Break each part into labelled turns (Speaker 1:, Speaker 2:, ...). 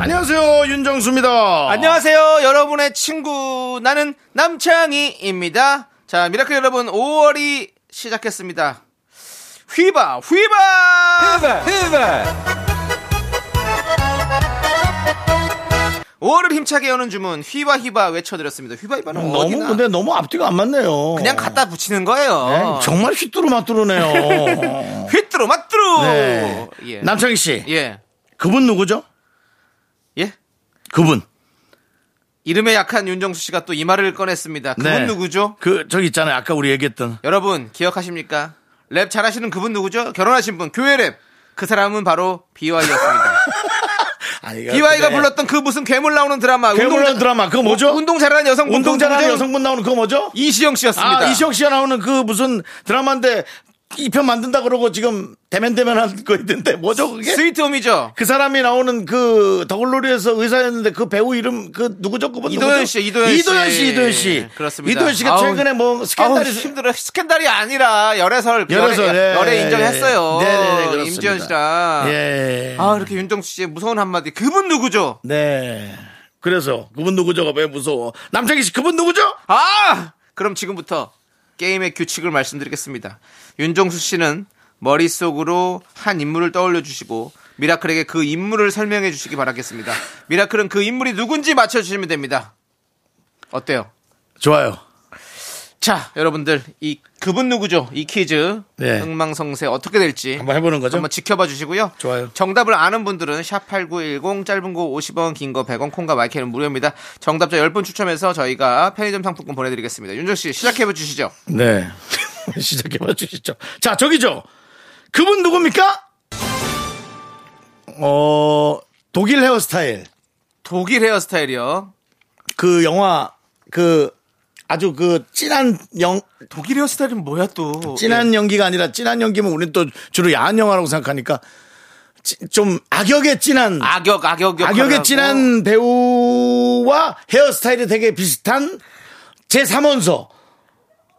Speaker 1: 안녕하세요 윤정수입니다.
Speaker 2: 안녕하세요, 여러분의 친구 나는 남창희입니다. 자, 미라클 여러분, 5월이 시작했습니다. 휘바, 휘바, 오 5월을 힘차게 여는 주문 휘바 휘바 외쳐드렸습니다. 휘바 휘바는
Speaker 1: 너무
Speaker 2: 어디나
Speaker 1: 근데 너무 앞뒤가 안 맞네요.
Speaker 2: 그냥 갖다 어. 붙이는 거예요.
Speaker 1: 네, 정말 휘뚜루 마뚜루네요.
Speaker 2: 휘뚜루 마뚜루.
Speaker 1: 네.
Speaker 2: 어, 예.
Speaker 1: 남창희 씨,
Speaker 2: 예.
Speaker 1: 그분 누구죠?
Speaker 2: 예.
Speaker 1: 그분.
Speaker 2: 이름에 약한 윤정수 씨가 또 이 말을 꺼냈습니다. 그분
Speaker 1: 네.
Speaker 2: 누구죠?
Speaker 1: 그 저기 있잖아요. 아까 우리 얘기했던
Speaker 2: 여러분 기억하십니까? 랩 잘하시는 그분 누구죠? 결혼하신 분 교회 랩. 그 사람은 바로 BY였습니다. BY가 아, 불렀던 그 무슨 괴물 나오는 드라마.
Speaker 1: 아, 괴물란
Speaker 2: 운동-
Speaker 1: 드라마 그거 뭐죠?
Speaker 2: 운동 잘하는 여성
Speaker 1: 운동 잘하는
Speaker 2: 누구죠?
Speaker 1: 여성분 나오는 그거 뭐죠?
Speaker 2: 이시영 씨였습니다.
Speaker 1: 아, 이시영 씨가 나오는 그 무슨 드라마인데 이 편 만든다 그러고 지금 대면대면한 거 있는데 뭐죠 그게?
Speaker 2: 스위트홈이죠.
Speaker 1: 그 사람이 나오는 그 더글로리에서 의사였는데 그 배우 이름 그 누구죠? 그분
Speaker 2: 이도현
Speaker 1: 누구죠?
Speaker 2: 씨, 이도현 씨. 예, 네,
Speaker 1: 이도현 씨, 이도현 씨.
Speaker 2: 그렇습니다.
Speaker 1: 이도현 씨가
Speaker 2: 아우,
Speaker 1: 최근에 뭐
Speaker 2: 아우,
Speaker 1: 스캔들이
Speaker 2: 힘들어 스캔들이 아니라 열애설
Speaker 1: 열애설,
Speaker 2: 열애,
Speaker 1: 예,
Speaker 2: 열애
Speaker 1: 예,
Speaker 2: 인정했어요.
Speaker 1: 예. 네네네, 그렇습니다.
Speaker 2: 임지현 씨랑
Speaker 1: 예.
Speaker 2: 아 이렇게 윤정수 씨의 무서운 한마디 그분 누구죠?
Speaker 1: 네. 그래서 그분 누구죠가 왜 무서워? 남창희 씨 그분 누구죠?
Speaker 2: 아! 그럼 지금부터 게임의 규칙을 말씀드리겠습니다. 윤정수 씨는 머릿속으로 한 인물을 떠올려 주시고 미라클에게 그 인물을 설명해 주시기 바라겠습니다. 미라클은 그 인물이 누군지 맞춰 주시면 됩니다. 어때요?
Speaker 1: 좋아요.
Speaker 2: 자, 여러분들 이 그분 누구죠? 이 퀴즈
Speaker 1: 네.
Speaker 2: 흥망성쇠 어떻게 될지
Speaker 1: 한번 해보는 거죠?
Speaker 2: 한번 지켜봐 주시고요.
Speaker 1: 좋아요.
Speaker 2: 정답을 아는 분들은 샵8910 짧은 거 50원, 긴 거 100원, 콩과 마이크는 무료입니다. 정답자 10분 추첨해서 저희가 편의점 상품권 보내드리겠습니다. 윤정 씨 시작해 주시죠.
Speaker 1: 네. 시작해 봐 주시죠. 자, 저기죠. 그분 누굽니까? 어, 독일 헤어스타일.
Speaker 2: 독일 헤어스타일이요.
Speaker 1: 그 영화 그 아주 그 진한 영
Speaker 2: 독일 헤어스타일은 뭐야 또?
Speaker 1: 진한 연기가 아니라 진한 연기면 우리는 또 주로 야한 영화라고 생각하니까 찌- 좀 악역의 진한
Speaker 2: 악역 악역 역할을
Speaker 1: 악역의
Speaker 2: 하고.
Speaker 1: 진한 배우와 헤어스타일이 되게 비슷한 제3원서.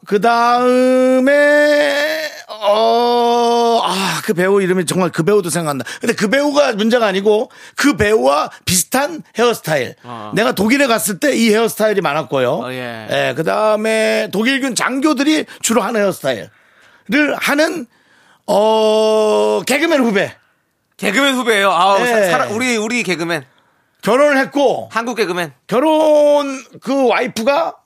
Speaker 1: 그 다음에, 어, 아, 그 배우 이름이 정말 그 배우도 생각난다. 근데 그 배우가 문제가 아니고 그 배우와 비슷한 헤어스타일.
Speaker 2: 어.
Speaker 1: 내가 독일에 갔을 때 이 헤어스타일이 많았고요.
Speaker 2: 어, 예.
Speaker 1: 그 다음에 독일군 장교들이 주로 하는 헤어스타일을 하는, 어, 개그맨 후배.
Speaker 2: 개그맨 후배예요. 아우
Speaker 1: 예.
Speaker 2: 사- 사람- 우리 우리 개그맨
Speaker 1: 결혼을 했고,
Speaker 2: 한국 개그맨
Speaker 1: 결혼 그 와이프가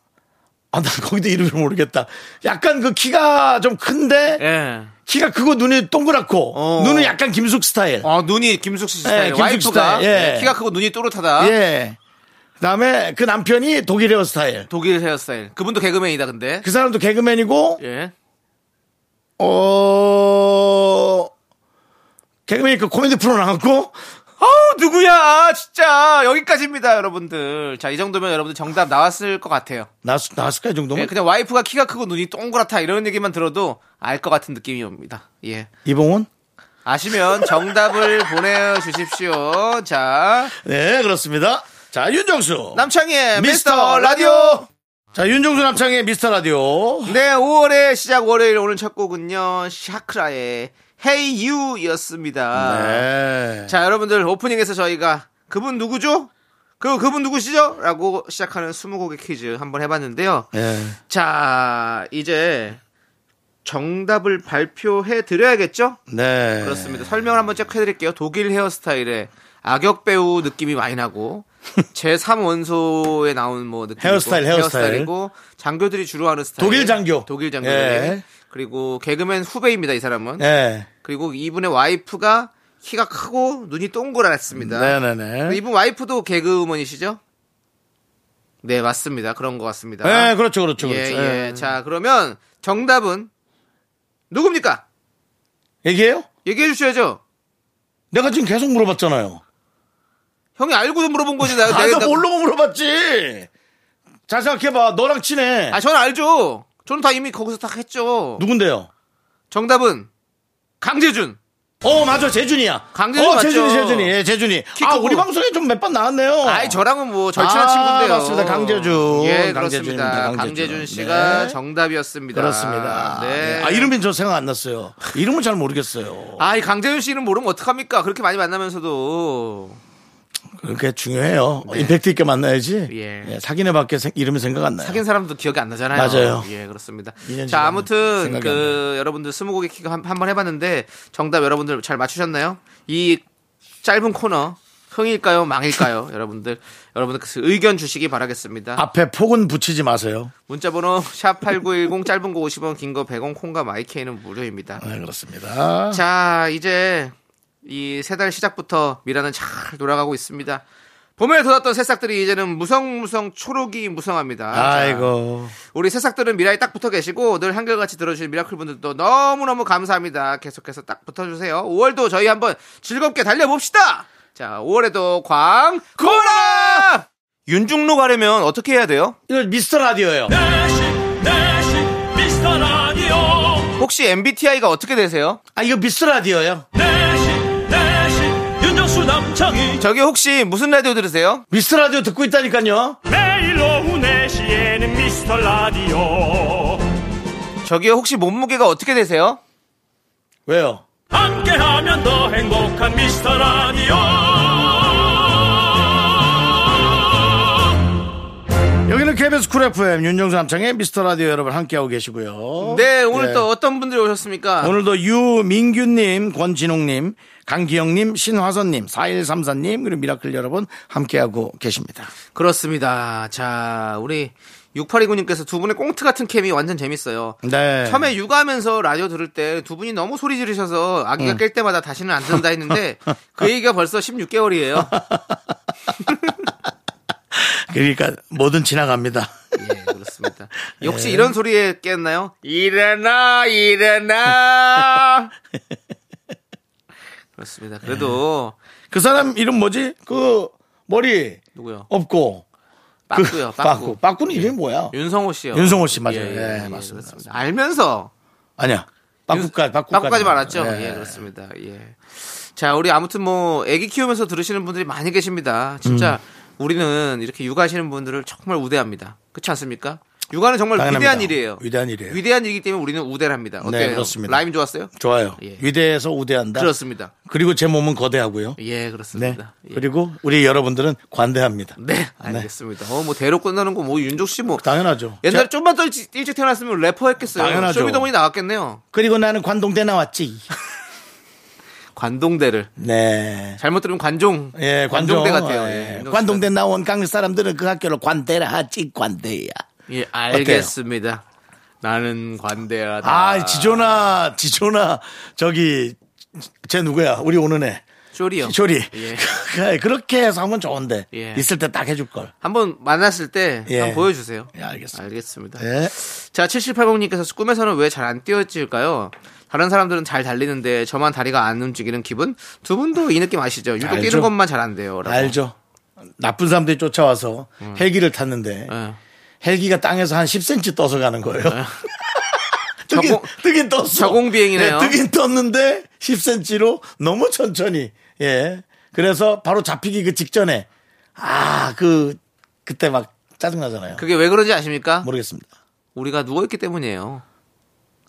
Speaker 1: 아, 나 거기도 이름을 모르겠다. 약간 그 키가 좀 큰데
Speaker 2: 예.
Speaker 1: 키가 크고 눈이 동그랗고
Speaker 2: 어.
Speaker 1: 눈은 약간 김숙 스타일.
Speaker 2: 어 눈이 김숙 씨 스타일
Speaker 1: 예, 김숙
Speaker 2: 와이프가 네,
Speaker 1: 스타일, 예.
Speaker 2: 키가 크고 눈이 또렷하다.
Speaker 1: 예. 그다음에 그 남편이 독일 헤어 스타일.
Speaker 2: 독일 헤어스타일. 그분도 개그맨이다 근데.
Speaker 1: 그 사람도 개그맨이고
Speaker 2: 예.
Speaker 1: 어 개그맨이 그 코미디 프로 나왔고
Speaker 2: 어우 누구야 진짜 여기까지입니다 여러분들. 자 이 정도면 여러분들 정답 나왔을 것 같아요.
Speaker 1: 나왔 나왔을까 이
Speaker 2: 예,
Speaker 1: 정도면
Speaker 2: 그냥 와이프가 키가 크고 눈이 동그랗다 이런 얘기만 들어도 알 것 같은 느낌이 옵니다. 예.
Speaker 1: 이봉훈.
Speaker 2: 아시면 정답을 보내주십시오. 자,
Speaker 1: 네 그렇습니다. 자 윤정수
Speaker 2: 남창희의
Speaker 1: 어. 네, 미스터
Speaker 2: 미스터
Speaker 1: 라디오.
Speaker 2: 라디오.
Speaker 1: 자 윤정수 남창의 미스터 라디오.
Speaker 2: 네, 5월의 시작 월요일 오늘 첫 곡은요 샤크라의 Hey You였습니다.
Speaker 1: 네.
Speaker 2: 자, 여러분들 오프닝에서 저희가 그분 누구죠? 그 그분 누구시죠? 라고 시작하는 20곡의 퀴즈 한번 해봤는데요.
Speaker 1: 예.
Speaker 2: 자, 이제 정답을 발표해 드려야겠죠?
Speaker 1: 네.
Speaker 2: 그렇습니다. 설명을 한번 쭉 해드릴게요. 독일 헤어스타일에 악역 배우 느낌이 많이 나고 제3 원소에 나온 뭐 느낌
Speaker 1: 헤어스타일, 헤어스타일.
Speaker 2: 헤어스타일이고 장교들이 주로 하는 스타일
Speaker 1: 독일 장교.
Speaker 2: 독일 장교
Speaker 1: 예.
Speaker 2: 그리고 개그맨 후배입니다 이 사람은
Speaker 1: 네.
Speaker 2: 그리고 이분의 와이프가 키가 크고 눈이 동그랗습니다.
Speaker 1: 네네네.
Speaker 2: 이분 와이프도 개그우먼이시죠? 네 맞습니다. 그런 것 같습니다.
Speaker 1: 네, 그렇죠, 그렇죠, 그렇죠.
Speaker 2: 예,
Speaker 1: 예.
Speaker 2: 예. 자 그러면 정답은 누굽니까?
Speaker 1: 얘기해요?
Speaker 2: 얘기해 주셔야죠.
Speaker 1: 내가 지금 계속 물어봤잖아요.
Speaker 2: 형이 알고도 물어본 거지. 나,
Speaker 1: 아,
Speaker 2: 내가-
Speaker 1: 나 모르고 물어봤지. 잘 생각해봐. 너랑 친해.
Speaker 2: 아, 저는 알죠. 저는 다 이미 거기서 다 했죠.
Speaker 1: 누군데요?
Speaker 2: 정답은 강재준.
Speaker 1: 어, 맞아. 재준이야.
Speaker 2: 강재준
Speaker 1: 어,
Speaker 2: 맞죠?
Speaker 1: 재준이, 재준이. 예, 재준이.
Speaker 2: 키
Speaker 1: 아,
Speaker 2: 크고.
Speaker 1: 우리 방송에 좀 몇 번 나왔네요.
Speaker 2: 아이 저랑은 뭐 절친한
Speaker 1: 어. 아,
Speaker 2: 친구인데요.
Speaker 1: 맞습니다. 강재준.
Speaker 2: 예,
Speaker 1: 강재준입니다.
Speaker 2: 그렇습니다.
Speaker 1: 강재준.
Speaker 2: 강재준 씨가
Speaker 1: 네.
Speaker 2: 정답이었습니다.
Speaker 1: 그렇습니다.
Speaker 2: 네.
Speaker 1: 아, 이름은 저 생각 안 났어요. 이름은 잘 모르겠어요.
Speaker 2: 아, 이 강재준 씨는 모르면 어떡합니까? 그렇게 많이 만나면서도.
Speaker 1: 그렇게 중요해요. 임팩트 있게 만나야지.
Speaker 2: 네. 예.
Speaker 1: 예, 사귄애 밖에 생- 이름이 생각 안 나요.
Speaker 2: 사귄 사람도 기억이 안 나잖아요.
Speaker 1: 맞아요.
Speaker 2: 예, 그렇습니다.
Speaker 1: 인연
Speaker 2: 자,
Speaker 1: 시간은
Speaker 2: 아무튼
Speaker 1: 생각이
Speaker 2: 그 여러분들 스무고개 키가 한- 한번 해봤는데 정답 여러분들 잘 맞추셨나요? 이 짧은 코너 흥일까요, 망일까요, 여러분들 여러분들 그 의견 주시기 바라겠습니다.
Speaker 1: 앞에 폭은 붙이지 마세요.
Speaker 2: 문자번호 샵 #8910 짧은 거 50원, 긴 거 100원, 콩과 마이케이는 무료입니다.
Speaker 1: 네, 그렇습니다.
Speaker 2: 자, 이제 이 세 달 시작부터 미라는 잘 돌아가고 있습니다. 봄에 돋았던 새싹들이 이제는 무성무성 초록이 무성합니다. 자,
Speaker 1: 아이고.
Speaker 2: 우리 새싹들은 미라에 딱 붙어 계시고 늘 한결같이 들어주신 미라클 분들도 너무너무 감사합니다. 계속해서 딱 붙어주세요. 5월도 저희 한번 즐겁게 달려봅시다! 자, 5월에도 광고라! 윤중로 가려면 어떻게 해야 돼요?
Speaker 1: 이거 미스터 라디오예요.
Speaker 3: 내시 내시 미스터 라디오
Speaker 2: 혹시 MBTI가 어떻게 되세요?
Speaker 1: 아, 이거 미스터 라디오예요.
Speaker 3: 내시 내시 윤정수 남창희
Speaker 2: 저기 혹시 무슨 라디오 들으세요?
Speaker 1: 미스터 라디오 듣고 있다니까요.
Speaker 3: 매일 오후 네시에는 미스터 라디오
Speaker 2: 저기 혹시 몸무게가 어떻게 되세요?
Speaker 1: 왜요?
Speaker 3: 함께하면 더 행복한 미스터 라디오
Speaker 1: 여기는 KBS 쿨 FM 윤정수 남창의 미스터 라디오 여러분 함께하고 계시고요.
Speaker 2: 네, 오늘
Speaker 1: 예.
Speaker 2: 또 어떤 분들이 오셨습니까?
Speaker 1: 오늘도 유민규님, 권진웅님, 강기영님, 신화선님, 4134님, 그리고 미라클 여러분 함께하고 계십니다.
Speaker 2: 그렇습니다. 자, 우리 6829님께서 두 분의 꽁트 같은 캠이 완전 재밌어요.
Speaker 1: 네.
Speaker 2: 처음에 육아하면서 라디오 들을 때 두 분이 너무 소리 지르셔서 아기가
Speaker 1: 예.
Speaker 2: 깰 때마다 다시는 안 듣는다 했는데 그 얘기가 벌써 16개월이에요.
Speaker 1: 그러니까 뭐든 지나갑니다. 예.
Speaker 2: 예, 그렇습니다. 역시 이런 소리에 깼나요? 일어나, 일어나. 그렇습니다. 그래도
Speaker 1: 그 사람 이름 뭐지? 그 머리
Speaker 2: 누구요?
Speaker 1: 없고
Speaker 2: 빠꾸요,
Speaker 1: 그, 빠꾸. 예.
Speaker 2: 빠꾸.
Speaker 1: 빠꾸는 이름이 뭐야?
Speaker 2: 윤성호 씨요.
Speaker 1: 윤성호 씨 맞아요. 예, 맞습니다.
Speaker 2: 그렇습니다. 알면서
Speaker 1: 아니야. 빠꾸까지 빠꾸까지,
Speaker 2: 빠꾸까지 말았죠.
Speaker 1: 예.
Speaker 2: 예, 그렇습니다. 예. 자, 우리 아무튼 뭐 아기 키우면서 들으시는 분들이 많이 계십니다. 진짜
Speaker 1: 음.
Speaker 2: 우리는 이렇게 육아하시는 분들을 정말 우대합니다. 그렇지 않습니까? 육아는 정말
Speaker 1: 당연합니다.
Speaker 2: 위대한 일이에요.
Speaker 1: 위대한 일이에요. 네,
Speaker 2: 위대한 일이기 때문에 우리는 우대합니다. 어때요?
Speaker 1: 그렇습니다. 네.
Speaker 2: 라임 좋았어요?
Speaker 1: 좋아요.
Speaker 2: 예.
Speaker 1: 위대해서 우대한다.
Speaker 2: 그렇습니다.
Speaker 1: 그리고 제 몸은 거대하고요.
Speaker 2: 예,
Speaker 1: 네.
Speaker 2: 그렇습니다. 예.
Speaker 1: 그리고 우리 여러분들은 관대합니다.
Speaker 2: 네, 알겠습니다. 어, 뭐 대로 끝나는 거 뭐 윤종 씨 뭐
Speaker 1: 당연하죠.
Speaker 2: 옛날에 좀만 더 일찍, 일찍 태어났으면 래퍼 했겠어요.
Speaker 1: 당연하죠.
Speaker 2: 쇼미더머니 나왔겠네요.
Speaker 1: 그리고 나는 관동대 나왔지.
Speaker 2: 관동대를
Speaker 1: 네.
Speaker 2: 잘못 들으면 관종.
Speaker 1: 예, 관종.
Speaker 2: 관종대 같아요.
Speaker 1: 예.
Speaker 2: 윤종 씨
Speaker 1: 관동대 나온 강릉 사람들은 그 학교를 관대라 하지 관대야.
Speaker 2: 예, 알겠습니다. 나는 관대하다.
Speaker 1: 아, 지조나 지조나 저기 쟤 누구야? 우리 오는 애.
Speaker 2: 쇼리요.
Speaker 1: 조리.
Speaker 2: 예.
Speaker 1: 그렇게 해서 하면 좋은데.
Speaker 2: 예.
Speaker 1: 있을 때 딱 해줄 걸.
Speaker 2: 한번 만났을 때
Speaker 1: 예.
Speaker 2: 한번 보여주세요.
Speaker 1: 예, 알겠습니다.
Speaker 2: 알겠습니다.
Speaker 1: 예.
Speaker 2: 자, 7780님께서 꿈에서는 왜 잘 안 뛰어질까요? 다른 사람들은 잘 달리는데 저만 다리가 안 움직이는 기분? 두 분도 이 느낌 아시죠? 유독
Speaker 1: 알죠.
Speaker 2: 뛰는 것만 잘 안 돼요. 라고. 음.
Speaker 1: 알죠. 나쁜 사람들이 쫓아와서 헬기를 탔는데
Speaker 2: 예.
Speaker 1: 헬기가 땅에서 한 10cm 떠서 가는 거예요. 뜨긴,
Speaker 2: 저공-
Speaker 1: 뜨긴 떴어.
Speaker 2: 네. 저공비행이네요.
Speaker 1: 네, 뜨긴 떴는데 10cm로 너무 천천히. 예. 그래서 바로 잡히기 그 직전에 아, 그, 그때 막 짜증나잖아요.
Speaker 2: 그게 왜 그런지 아십니까?
Speaker 1: 모르겠습니다.
Speaker 2: 우리가 누워있기 때문이에요.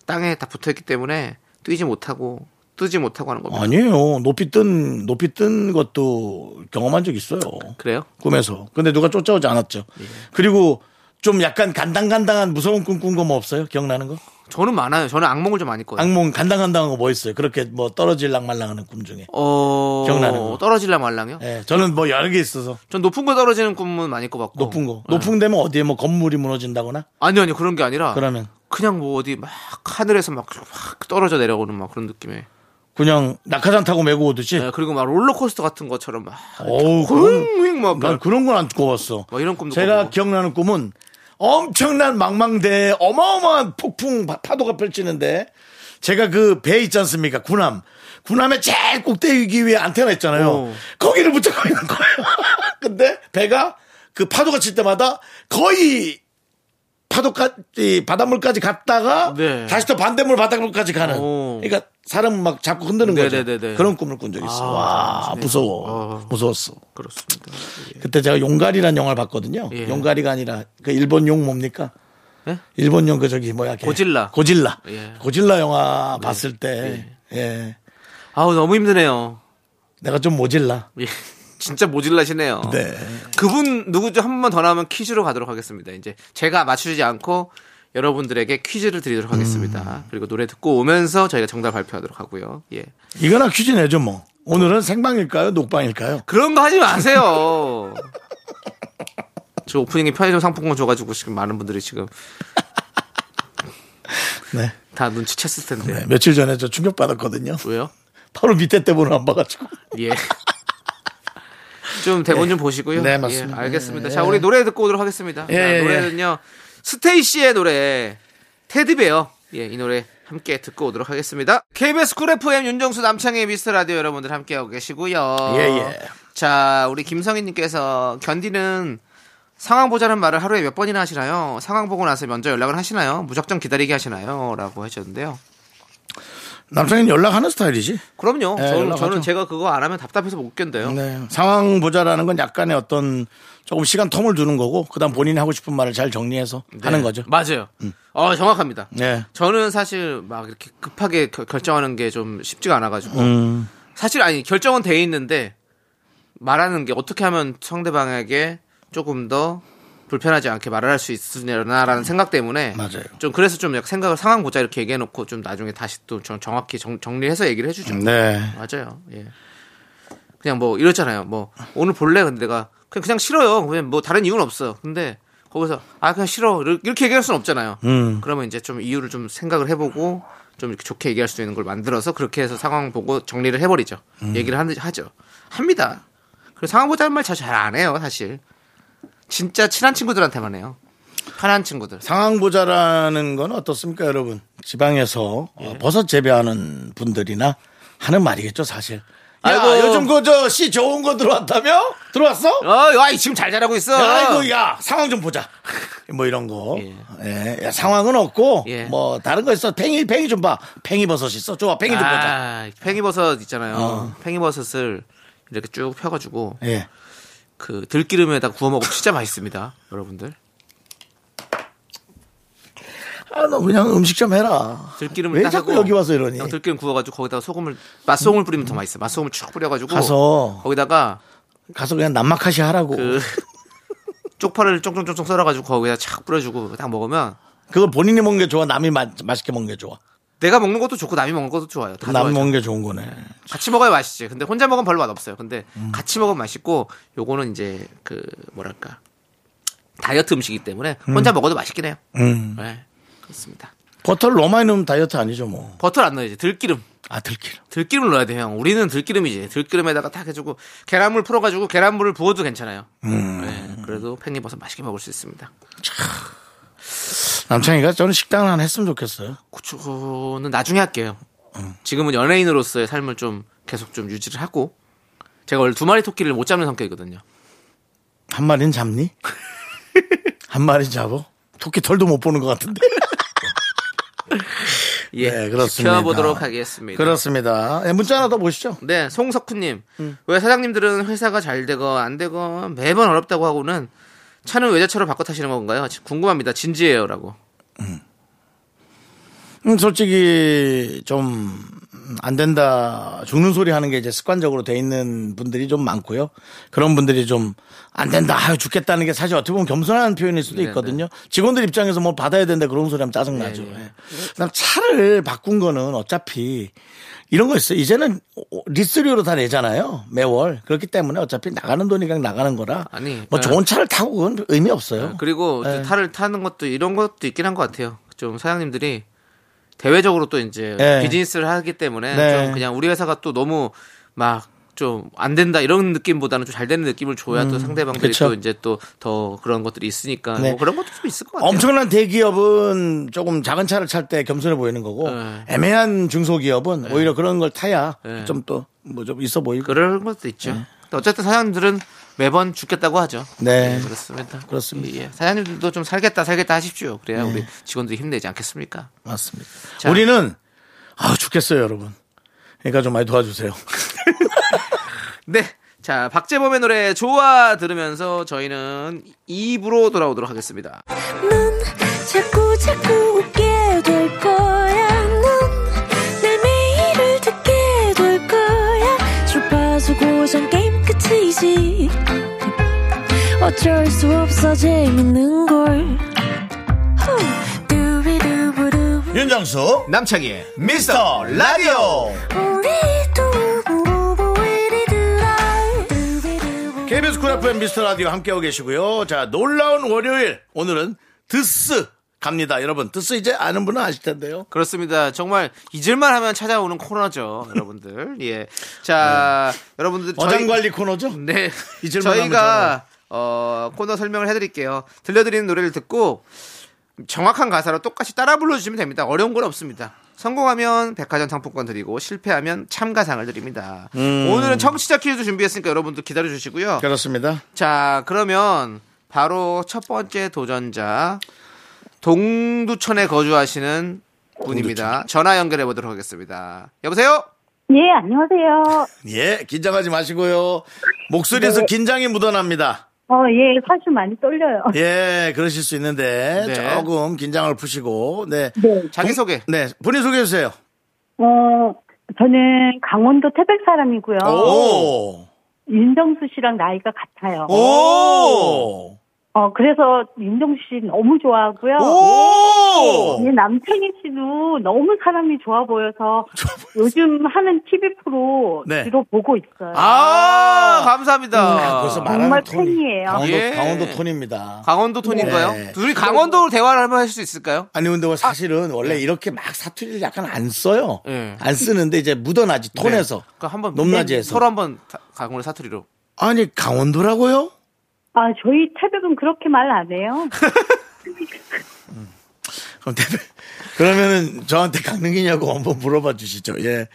Speaker 2: 땅에 다 붙어있기 때문에 뛰지 못하고 뜨지 못하고 하는 겁니다.
Speaker 1: 아니에요. 높이 뜬, 높이 뜬 것도 경험한 적 있어요.
Speaker 2: 그래요?
Speaker 1: 꿈에서. 근데 누가 쫓아오지 않았죠.
Speaker 2: 예.
Speaker 1: 그리고 좀 약간 간당간당한 무서운 꿈 꾼 거 뭐 없어요? 기억나는 거?
Speaker 2: 저는 많아요. 저는 악몽을 좀 많이 꿔요.
Speaker 1: 악몽 간당간당한 거 뭐 있어요? 그렇게 뭐 떨어질랑 말랑하는 꿈 중에.
Speaker 2: 어...
Speaker 1: 기억나는 거.
Speaker 2: 떨어질라 말랑요?
Speaker 1: 예, 저는 뭐 여러 개 있어서
Speaker 2: 전 높은 거 떨어지는 꿈은 많이 꿔봤고.
Speaker 1: 높은 거. 높은 데면 어디에 뭐 건물이 무너진다거나
Speaker 2: 아니 아니 그런 게 아니라
Speaker 1: 그러면
Speaker 2: 그냥 뭐 어디 막 하늘에서 막, 확 떨어져 내려오는 막 그런 느낌의.
Speaker 1: 그냥 낙하산 타고 메고 오듯이.
Speaker 2: 네, 그리고 막 롤러코스터 같은 것처럼 막
Speaker 1: 어우, 그런,
Speaker 2: 흥흥 막.
Speaker 1: 난 그런 건 안 꿔봤어.
Speaker 2: 뭐 이런 꿈도
Speaker 1: 제가
Speaker 2: 꿔보고.
Speaker 1: 기억나는 꿈은 엄청난 망망대에 어마어마한 폭풍 파- 파도가 펼치는데 제가 그 배 있지 않습니까? 군함. 군함의 제일 꼭대기 위에 안테나 있잖아요.
Speaker 2: 오.
Speaker 1: 거기를 붙잡고 있는 거예요. 근데 배가 그 파도가 칠 때마다 거의 파도까지 바닷물까지 갔다가
Speaker 2: 네.
Speaker 1: 다시 또 반대물 바닷물까지 가는.
Speaker 2: 오.
Speaker 1: 그러니까 사람 막 잡고 흔드는
Speaker 2: 네네네네.
Speaker 1: 거죠. 그런 꿈을 꾼 적이 있어. 와 무서워.
Speaker 2: 아.
Speaker 1: 무서웠어.
Speaker 2: 그렇습니다.
Speaker 1: 그때 제가 용가리란 영화를 봤거든요.
Speaker 2: 예.
Speaker 1: 용가리가 아니라 그 일본 용 뭡니까?
Speaker 2: 예?
Speaker 1: 일본 용 그 저기 뭐야? 걔.
Speaker 2: 고질라.
Speaker 1: 고질라.
Speaker 2: 예. 네.
Speaker 1: 고질라 영화 봤을 때 예.
Speaker 2: 아우 너무 힘드네요.
Speaker 1: 내가 좀 모질라.
Speaker 2: 예. 진짜 아, 모질라시네요.
Speaker 1: 네.
Speaker 2: 그분 누구죠? 한 번 더 나오면 퀴즈로 가도록 하겠습니다. 이제 제가 맞추지 않고 여러분들에게 퀴즈를 드리도록 하겠습니다.
Speaker 1: 음.
Speaker 2: 그리고 노래 듣고 오면서 저희가 정답 발표하도록 하고요. 예.
Speaker 1: 이거나 퀴즈 내죠 뭐. 오늘은 생방일까요? 녹방일까요?
Speaker 2: 그런 거 하지 마세요. 저 오프닝에 편의점 상품권 줘가지고 지금 많은 분들이 지금
Speaker 1: 네.
Speaker 2: 다 눈치챘을 텐데.
Speaker 1: 네, 며칠 전에 저 충격받았거든요.
Speaker 2: 왜요?
Speaker 1: 바로 밑에 때문에 안 봐가지고.
Speaker 2: 예. 좀 대본 좀 보시고요.
Speaker 1: 네, 맞습니다.
Speaker 2: 예, 알겠습니다.
Speaker 1: 예.
Speaker 2: 자, 우리 노래 듣고 오도록 하겠습니다. 자,
Speaker 1: 예, 예.
Speaker 2: 노래는요. 스테이씨의 노래 테디베어. 예, 이 노래 함께 듣고 오도록 하겠습니다. KBS 쿨 FM 윤정수 남창의 미스터 라디오 여러분들 함께하고 계시고요.
Speaker 1: 예, 예.
Speaker 2: 자, 우리 김성희님께서 견디는 상황 보자는 말을 하루에 몇 번이나 하시나요? 상황 보고 나서 먼저 연락을 하시나요? 무작정 기다리게 하시나요? 라고 하셨는데요.
Speaker 1: 남성인 연락하는 스타일이지.
Speaker 2: 그럼요.
Speaker 1: 예,
Speaker 2: 저는,
Speaker 1: 연락하죠.
Speaker 2: 저는 제가 그거 안 하면 답답해서 못 견뎌요.
Speaker 1: 네. 상황 보자라는 건 약간의 어떤 조금 시간 텀을 두는 거고 그다음 본인이 하고 싶은 말을 잘 정리해서
Speaker 2: 네.
Speaker 1: 하는 거죠. 음.
Speaker 2: 맞아요. 어, 정확합니다.
Speaker 1: 네.
Speaker 2: 저는 사실 막 이렇게 급하게 결- 결정하는 게 좀 쉽지가 않아가지고
Speaker 1: 음.
Speaker 2: 사실 아니 결정은 돼 있는데 말하는 게 어떻게 하면 상대방에게 조금 더 불편하지 않게 말을 할 수 있으려나라는 생각 때문에
Speaker 1: 맞아요.
Speaker 2: 좀 그래서 좀 약간 생각을 상황 보자 이렇게 얘기해놓고 좀 나중에 다시 또 정- 정확히 정, 리해서 얘기를 해주죠.
Speaker 1: 네.
Speaker 2: 맞아요. 예. 그냥 뭐 이렇잖아요. 뭐 오늘 볼래? 근데 내가 그냥 그냥 싫어요. 그냥 뭐 다른 이유는 없어. 근데 거기서 아 그냥 싫어 이렇게 이렇게 얘기할 수는 없잖아요.
Speaker 1: 음.
Speaker 2: 그러면 이제 좀 이유를 좀 생각을 해보고 좀 이렇게 좋게 얘기할 수 있는 걸 만들어서 그렇게 해서 상황 보고 정리를 해버리죠.
Speaker 1: 음.
Speaker 2: 얘기를 하는 하죠. 합니다. 그리고 상황 보자는 말 잘 안 해요 사실. 진짜 친한 친구들한테만 해요. 편한 친구들.
Speaker 1: 상황 보자라는 건 어떻습니까, 여러분? 지방에서 어, 버섯 재배하는 분들이나 하는 말이겠죠, 사실. 야,
Speaker 2: 아이고.
Speaker 1: 요즘 그저씨 좋은 거 들어왔다며? 들어왔어?
Speaker 2: 어, 와 지금 잘 자라고 있어.
Speaker 1: 야, 아이고, 야, 상황 좀 보자. 뭐 이런 거.
Speaker 2: 예.
Speaker 1: 예. 야, 상황은 없고,
Speaker 2: 예.
Speaker 1: 뭐 다른 거 있어. 팽이, 팽이 좀 봐. 팽이 버섯 있어. 좋아, 팽이 좀 보자. 어.
Speaker 2: 아, 팽이버섯 있잖아요. 팽이버섯을 이렇게 쭉 펴가지고
Speaker 1: 예.
Speaker 2: 그 들기름에다 구워 먹으면 진짜 맛있습니다, 여러분들.
Speaker 1: 아, 너 그냥 음식 좀 해라.
Speaker 2: 들기름을
Speaker 1: 왜
Speaker 2: 딱
Speaker 1: 자꾸
Speaker 2: 하고
Speaker 1: 여기 와서 이러니?
Speaker 2: 그냥 들기름 구워가지고 거기다가 소금을 맛소금을 뿌리면 더 맛있어. 맛소금을 쭉 뿌려가지고
Speaker 1: 가서.
Speaker 2: 거기다가
Speaker 1: 가서 그냥 남마카시 하라고.
Speaker 2: 그
Speaker 1: 그...
Speaker 2: 쪽파를 쫑쫑쫑쫑 썰어가지고 거기다 착 뿌려주고 딱 먹으면
Speaker 1: 걸 본인이 먹는 게 좋아, 남이 마, 맛있게 먹는 게 좋아.
Speaker 2: 내가 먹는 것도 좋고 남이 먹는 것도 좋아요. 다
Speaker 1: 남
Speaker 2: 좋아요.
Speaker 1: 먹는 게 좋은 거네.
Speaker 2: 같이 먹어야 맛있지. 근데 혼자 먹으면 별로 맛없어요. 근데 같이 먹으면 맛있고 요거는 이제 그 뭐랄까 다이어트 음식이기 때문에 혼자 먹어도 맛있긴 해요.
Speaker 1: 음.
Speaker 2: 네, 그렇습니다.
Speaker 1: 버터를 너무 많이 넣으면 다이어트 아니죠, 뭐.
Speaker 2: 버터를 안 넣어야지. 들기름.
Speaker 1: 아, 들기름.
Speaker 2: 들기름을 넣어야 돼, 형. 우리는 들기름이지. 들기름에다가 탁 해주고, 계란물 풀어가지고, 계란물을 부어도 괜찮아요. 네, 그래도 팽이버섯 맛있게 먹을 수 있습니다.
Speaker 1: 남창이가 저는 식당 하나 했으면 좋겠어요.
Speaker 2: 고추는 나중에 할게요. 지금은 연예인으로서의 삶을 좀 계속 좀 유지를 하고, 제가 원래 두 마리 토끼를 못 잡는 성격이거든요.
Speaker 1: 한 마리는 잡니? 한 마리 잡어? 토끼 털도 못 보는 것 같은데.
Speaker 2: 예,
Speaker 1: 네, 그렇습니다.
Speaker 2: 지켜보도록 하겠습니다.
Speaker 1: 그렇습니다. 예, 문자 하나 더 보시죠.
Speaker 2: 네, 송석훈님.
Speaker 1: 음.
Speaker 2: 왜 사장님들은 회사가 잘 되고 안 되고 매번 어렵다고 하고는 차는 외제차로 바꿔 타시는 건가요? 궁금합니다. 진지해요. 라고.
Speaker 1: 음, 솔직히 좀 안 된다 죽는 소리 하는 게 이제 습관적으로 돼 있는 분들이 좀 많고요. 그런 분들이 좀 안 된다 아유 죽겠다는 게 사실 어떻게 보면 겸손한 표현일
Speaker 2: 네,
Speaker 1: 수도 있거든요. 직원들 입장에서 뭐 받아야 된다 그런 소리 하면 짜증 나죠.
Speaker 2: 네.
Speaker 1: 예. 그다음 차를 바꾼 거는 어차피 이런 거 있어요. 이제는 리스료로 다 내잖아요. 매월. 그렇기 때문에 어차피 나가는 돈이 그냥 나가는 거라.
Speaker 2: 아니, 네.
Speaker 1: 뭐
Speaker 2: 에.
Speaker 1: 좋은 차를 타고 그건 의미 없어요.
Speaker 2: 그리고
Speaker 1: 예.
Speaker 2: 또 탈을 타는 것도 이런 것도 있긴 한 것 같아요. 좀 사장님들이 대외적으로 또 이제
Speaker 1: 예.
Speaker 2: 비즈니스를 하기 때문에
Speaker 1: 네.
Speaker 2: 좀 그냥 우리 회사가 또 너무 막 좀 안 된다 이런 느낌보다는 좀 잘 되는 느낌을 줘야 또 상대방들이
Speaker 1: 음, 그쵸.
Speaker 2: 또 이제 또 더 그런 것들이 있으니까
Speaker 1: 네.
Speaker 2: 뭐 그런 것도 좀 있을 것 같아요.
Speaker 1: 엄청난 대기업은 조금 작은 차를 탈 때 겸손해 보이는 거고
Speaker 2: 네.
Speaker 1: 애매한 중소기업은 오히려 그런 걸 타야
Speaker 2: 네.
Speaker 1: 좀 또 뭐 좀 있어 보이고
Speaker 2: 그런 것도 있죠. 근데 어쨌든 사장님들은 매번 죽겠다고 하죠.
Speaker 1: 네.
Speaker 2: 예, 그렇습니다.
Speaker 1: 그렇습니다. 네.
Speaker 2: 예, 예. 사장님들도 좀 살겠다 살겠다 하십시오. 그래야 우리 직원들이 힘내지 않겠습니까?
Speaker 1: 맞습니다.
Speaker 2: 자.
Speaker 1: 우리는 아우 죽겠어요, 여러분. 그러니까 좀 많이 도와주세요.
Speaker 2: 네. 자, 박재범의 노래 좋아 들으면서 저희는 2부로 돌아오도록 하겠습니다.
Speaker 4: 넌 자꾸 자꾸 웃게 될 거야. 넌내 매일을 듣게 될 거야. 주파수 고정 게임 끝이지. 어쩔 수 없어 재밌는 걸. 후. 두비두부두.
Speaker 1: 윤정수
Speaker 2: 남창희의
Speaker 1: 미스터 라디오.
Speaker 4: 우리 두부부부 우리 두라. 두비두부.
Speaker 1: KBS 쿨 FM 미스터 라디오 함께하고 계시고요. 자, 놀라운 월요일. 오늘은 드스 갑니다. 여러분, 드스 이제 아는 분은 아실 텐데요.
Speaker 2: 그렇습니다. 정말 잊을만 하면 찾아오는 코너죠, 여러분들. 예. 자, 여러분들 저희-
Speaker 1: 네. 어장 관리 코너죠? 음.
Speaker 2: 네.
Speaker 1: 잊을만 하면 전화.
Speaker 2: 저희가 어, 코너 설명을 해 드릴게요. 들려드리는 노래를 듣고 정확한 가사로 똑같이 따라 불러 주시면 됩니다. 어려운 건 없습니다. 성공하면 백화점 상품권 드리고 실패하면 참가상을 드립니다. 오늘은 청취자 퀴즈 준비했으니까 여러분들 기다려 주시고요.
Speaker 1: 음. 그렇습니다.
Speaker 2: 자, 그러면 바로 첫 번째 도전자 동두천에 거주하시는 분입니다. 전화 연결해 보도록 하겠습니다. 여보세요?
Speaker 5: 예, 안녕하세요.
Speaker 1: 예, 긴장하지 마시고요. 목소리에서 긴장이 묻어납니다.
Speaker 5: 어, 예, 사실 많이 떨려요.
Speaker 1: 예, 그러실 수 있는데
Speaker 2: 네.
Speaker 1: 조금 긴장을 푸시고 네.
Speaker 5: 네.
Speaker 2: 자기 소개.
Speaker 1: 네, 본인 소개해 주세요.
Speaker 5: 어, 저는 강원도 태백 사람이고요.
Speaker 1: 오.
Speaker 5: 윤정수 씨랑 나이가 같아요.
Speaker 1: 오. 오.
Speaker 5: 어, 그래서 윤정수 씨 너무 좋아하고요.
Speaker 1: 오.
Speaker 5: 예, 남창희 씨도 너무 사람이 좋아 보여서 요즘 하는 TV 프로
Speaker 1: 네.
Speaker 5: 주로 보고 있어요.
Speaker 2: 아,
Speaker 1: 아,
Speaker 2: 감사합니다.
Speaker 1: 벌써
Speaker 5: 정말
Speaker 1: 말하는 톤이
Speaker 5: 팬이에요.
Speaker 1: 강원도,
Speaker 2: 예.
Speaker 1: 강원도 톤입니다.
Speaker 2: 강원도 톤인가요?
Speaker 1: 네.
Speaker 2: 둘이 강원도로 대화를 한번 할 수 있을까요?
Speaker 1: 아니 근데 뭐 사실은 원래 이렇게 막 사투리를 약간 안 써요.
Speaker 2: 예.
Speaker 1: 안 쓰는데 이제 묻어나지 톤에서
Speaker 2: 그러니까 한번
Speaker 1: 네. 높낮이에서.
Speaker 2: 서로 한번 다- 강원도 사투리로.
Speaker 1: 아니 강원도라고요?
Speaker 5: 아, 저희 태백은 그렇게 말 안 해요.
Speaker 1: 그럼 대 그러면은 저한테 강릉이냐고 한번 물어봐 주시죠. 예.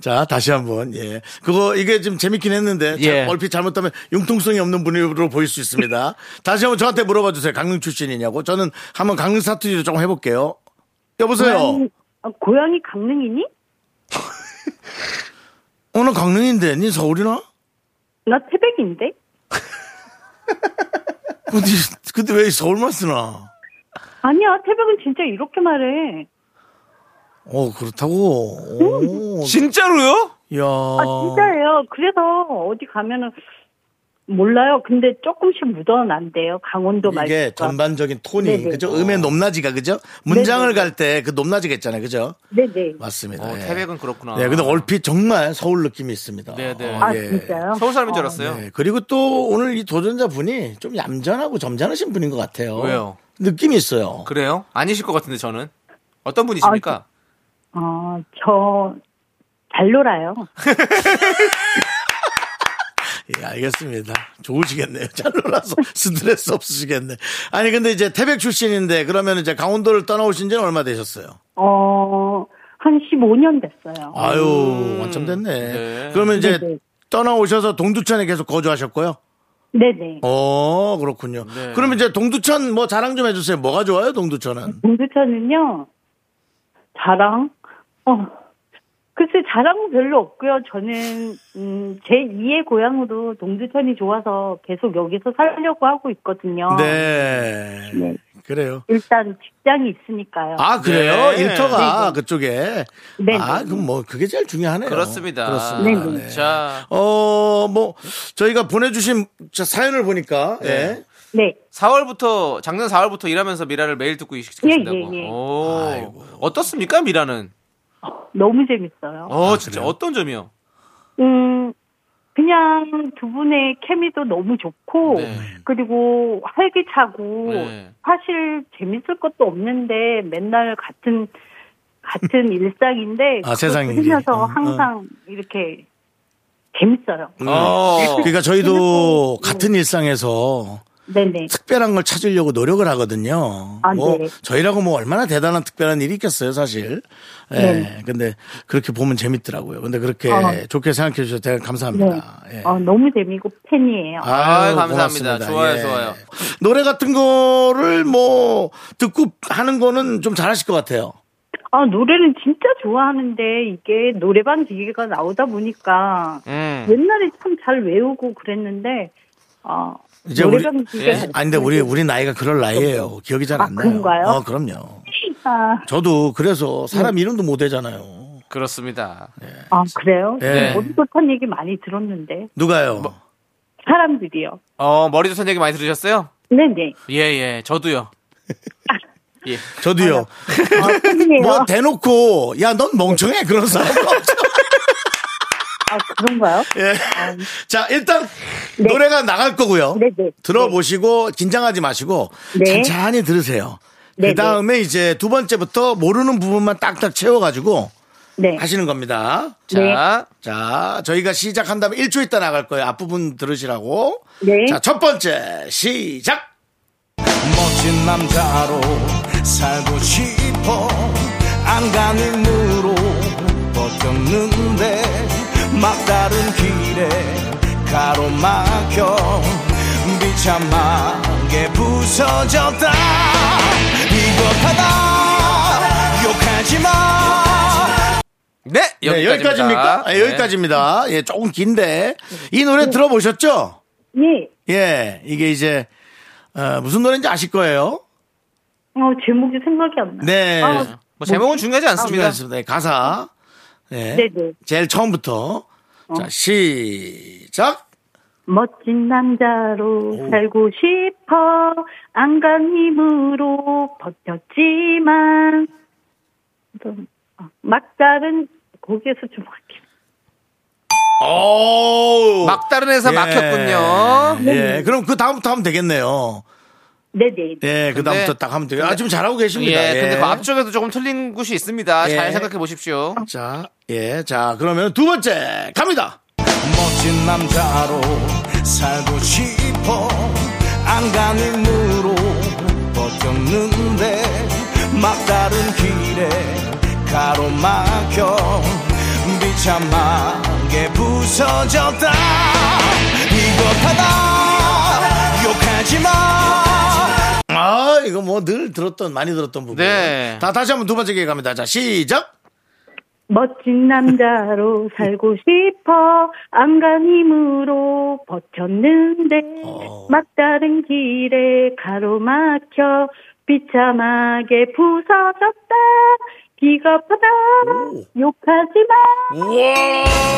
Speaker 1: 자, 다시 한번. 예. 그거 이게 지금 재밌긴 했는데 자,
Speaker 2: 예.
Speaker 1: 얼핏 잘못하면 융통성이 없는 분으로 보일 수 있습니다. 다시 한번 저한테 물어봐 주세요. 강릉 출신이냐고. 저는 한번 강릉 사투리로 조금 해 볼게요. 여보세요.
Speaker 5: 고양이, 어, 고양이 강릉이니?
Speaker 1: 오늘 강릉인데 니 서울이나?
Speaker 5: 나 태백인데?
Speaker 1: 근데 근데 왜 서울만 쓰나?
Speaker 5: 아니야, 태백은 진짜 이렇게 말해.
Speaker 1: 어, 그렇다고. 오.
Speaker 2: 진짜로요?
Speaker 1: 야.
Speaker 5: 아,
Speaker 1: 어.
Speaker 5: 진짜예요. 그래서 어디 가면은 몰라요. 근데 조금씩 묻어난대요. 강원도 말투가.
Speaker 1: 이게 전반적인 톤이
Speaker 5: 아. 네네. 어.
Speaker 1: 그죠 음의 높낮이가 그죠 문장을 갈 때 그 높낮이가 있잖아요 그죠
Speaker 5: 네네.
Speaker 1: 맞습니다
Speaker 2: 어,
Speaker 1: 예.
Speaker 2: 태백은 그렇구나.
Speaker 1: 네 근데 얼핏 정말 서울 느낌이 있습니다
Speaker 2: 네네.
Speaker 1: 어,
Speaker 5: 아,
Speaker 1: 예.
Speaker 5: 진짜요?
Speaker 2: 서울 사람인 줄 알았어요.
Speaker 1: 네, 그리고 또 오늘 이 도전자 분이 좀 얌전하고 점잖으신 분인 것 같아요
Speaker 2: 왜요?
Speaker 1: 느낌이 있어요
Speaker 2: 그래요? 아니실 것 같은데 저는. 어떤 분이십니까?
Speaker 5: 아, 어, 저, 잘 놀아요.
Speaker 1: 예, 알겠습니다. 좋으시겠네요. 잘 놀아서 스트레스 없으시겠네. 아니, 근데 이제 태백 출신인데 그러면 이제 강원도를 떠나오신 지는 얼마 되셨어요?
Speaker 5: 어, 한 15년 됐어요.
Speaker 1: 아유, 원참 됐네.
Speaker 2: 음. 네.
Speaker 1: 그러면 이제
Speaker 5: 네네.
Speaker 1: 떠나오셔서 동두천에 계속 거주하셨고요.
Speaker 5: 네네.
Speaker 1: 어, 그렇군요.
Speaker 2: 네.
Speaker 1: 그러면 이제 동두천 뭐 자랑 좀 해주세요. 뭐가 좋아요, 동두천은?
Speaker 5: 공주천은요, 자랑? 어, 글쎄, 자랑은 별로 없고요. 저는, 음, 제 2의 고향으로 동두천이 좋아서 계속 여기서 살려고 하고 있거든요.
Speaker 1: 아. 네.
Speaker 5: 네.
Speaker 1: 그래요.
Speaker 5: 일단 직장이 있으니까요.
Speaker 1: 아, 그래요?
Speaker 2: 네.
Speaker 1: 일터가 그쪽에.
Speaker 5: 네.
Speaker 1: 아, 그럼 뭐 그게 제일 중요하네요.
Speaker 2: 그렇습니다.
Speaker 1: 그렇습니다.
Speaker 5: 네, 네.
Speaker 1: 네.
Speaker 2: 자,
Speaker 1: 어, 뭐, 저희가 보내주신 저 사연을 보니까, 예.
Speaker 5: 네.
Speaker 2: 4월부터 작년 4월부터 일하면서 미라를 매일 듣고 계신다고. 뭐.
Speaker 5: 예, 예, 예.
Speaker 2: 오.
Speaker 1: 아이고.
Speaker 2: 어떻습니까 미라는?
Speaker 5: 너무 재밌어요.
Speaker 2: 어,
Speaker 1: 아,
Speaker 2: 진짜 어떤 점이요?
Speaker 5: 음, 그냥 두 분의 케미도 너무 좋고,
Speaker 2: 네.
Speaker 5: 그리고 활기차고,
Speaker 2: 네.
Speaker 5: 사실 재밌을 것도 없는데, 맨날 같은, 같은 일상인데,
Speaker 1: 아, 세상 일이.
Speaker 5: 그래서
Speaker 1: 음,
Speaker 5: 항상 이렇게 재밌어요.
Speaker 1: 음.
Speaker 2: 어.
Speaker 1: 그러니까 저희도 같은 일상에서
Speaker 5: 네네.
Speaker 1: 특별한 걸 찾으려고 노력을 하거든요.
Speaker 5: 아,
Speaker 1: 뭐
Speaker 5: 네.
Speaker 1: 저희라고 뭐 얼마나 대단한 특별한 일이 있겠어요, 사실. 예.
Speaker 5: 네.
Speaker 1: 근데 그렇게 보면 재밌더라고요. 근데 그렇게
Speaker 5: 아.
Speaker 1: 좋게 생각해 주셔서 대단히
Speaker 5: 네.
Speaker 1: 감사합니다. 예.
Speaker 5: 어, 너무 재미있고 팬이에요.
Speaker 1: 아유,
Speaker 2: 아유, 감사합니다.
Speaker 1: 고맙습니다. 예.
Speaker 2: 좋아요, 좋아요.
Speaker 1: 노래 같은 거를 뭐 듣고 하는 거는 좀 잘하실 것 같아요.
Speaker 5: 아, 노래는 진짜 좋아하는데 이게 노래방 기계가 나오다
Speaker 1: 예.
Speaker 5: 보니까
Speaker 2: 음.
Speaker 5: 옛날에 참 잘 외우고 그랬는데 아
Speaker 1: 이제 우리
Speaker 5: 노래방 기계
Speaker 2: 예.
Speaker 5: 가
Speaker 1: 아니 근데 우리 우리 나이가 그럴 나이예요. 기억이 잘 안
Speaker 5: 아,
Speaker 1: 나요.
Speaker 5: 그런가요?
Speaker 1: 어, 그럼요.
Speaker 5: 아, 네.
Speaker 1: 저도 그래서 사람 이름도 못 되잖아요.
Speaker 2: 그렇습니다.
Speaker 1: 네.
Speaker 5: 아 그래요?
Speaker 1: 예.
Speaker 5: 머리 좋다는 얘기 많이 들었는데
Speaker 1: 누가요?
Speaker 2: 뭐,
Speaker 5: 사람들이요.
Speaker 2: 어, 머리 조선 얘기 많이 들으셨어요?
Speaker 5: 네네.
Speaker 2: 예, 예. 저도요. 예.
Speaker 1: 저도요.
Speaker 5: 아, 팬이에요.
Speaker 1: 뭐 대놓고 야 넌 멍청해 그런 사람 없죠.
Speaker 5: 아 그런가요?
Speaker 1: 예. 자 일단 노래가 나갈 거고요.
Speaker 5: 아. 네, 네.
Speaker 1: 들어보시고 긴장하지 마시고
Speaker 5: 네.
Speaker 1: 천천히 들으세요.
Speaker 5: 네,
Speaker 1: 그 다음에 이제 두 번째부터 모르는 부분만 딱딱 채워가지고
Speaker 5: 네.
Speaker 1: 하시는 겁니다.
Speaker 2: 자,
Speaker 1: 자, 저희가 시작한 다음에 1초 있다 나갈 거예요. 앞부분 들으시라고.
Speaker 5: 네.
Speaker 1: 자, 첫 번째, 시작!
Speaker 6: 멋진 남자로 살고 싶어 안간힘으로 버텼는데 막다른 길에 가로막혀 비참하게 부서졌다 이것하다 욕하지마
Speaker 2: 네,
Speaker 1: 네, 여기까지입니까? 예, 여기까지입니다. 예, 조금 긴데. 이
Speaker 2: 음.
Speaker 1: 노래 들어보셨죠?
Speaker 5: 예.
Speaker 1: 예, 이게 이제, 어, 무슨 노래인지 아실 거예요?
Speaker 5: 어 제목이 생각이 안 나.
Speaker 1: 네.
Speaker 5: 아,
Speaker 2: 뭐 제목은 중요하지 않습니다.
Speaker 1: 준비했습니다. 예, 가사. 예.
Speaker 5: 네, 네.
Speaker 1: 제일 처음부터.
Speaker 2: 어.
Speaker 1: 자, 시작!
Speaker 5: 멋진 남자로 살고 싶어 안간 힘으로 버텼지만 좀, 아, 막다른 거기에서 좀 할게요.
Speaker 1: 오!
Speaker 2: 막다른 회사
Speaker 1: 예.
Speaker 2: 막혔군요.
Speaker 1: 예, 그럼 그 다음부터 하면 되겠네요.
Speaker 5: 네네.
Speaker 1: 예, 그 다음부터 딱 하면 되요 아, 지금 잘하고 계십니다.
Speaker 2: 예, 근데
Speaker 1: 예.
Speaker 2: 그 앞쪽에도 조금 틀린 곳이 있습니다.
Speaker 1: 예.
Speaker 2: 잘 생각해 보십시오.
Speaker 1: 자, 예, 자, 그러면 두 번째 갑니다.
Speaker 6: 멋진 남자로 살고 싶어 안간힘으로 버텼는데 막다른 길에 가로막혀 비참하게 부서졌다 이것하다 욕하지마
Speaker 1: 아, 이거 뭐 늘 들었던 많이 들었던 부분.
Speaker 2: 네.
Speaker 1: 다 다시 한번 두 번째 기회 갑니다. 자, 시작.
Speaker 5: 멋진 남자로 살고 싶어 안간 힘으로 버텼는데
Speaker 2: 어.
Speaker 5: 막다른 길에 가로막혀 비참하게 부서졌다 비겁하다 욕하지 마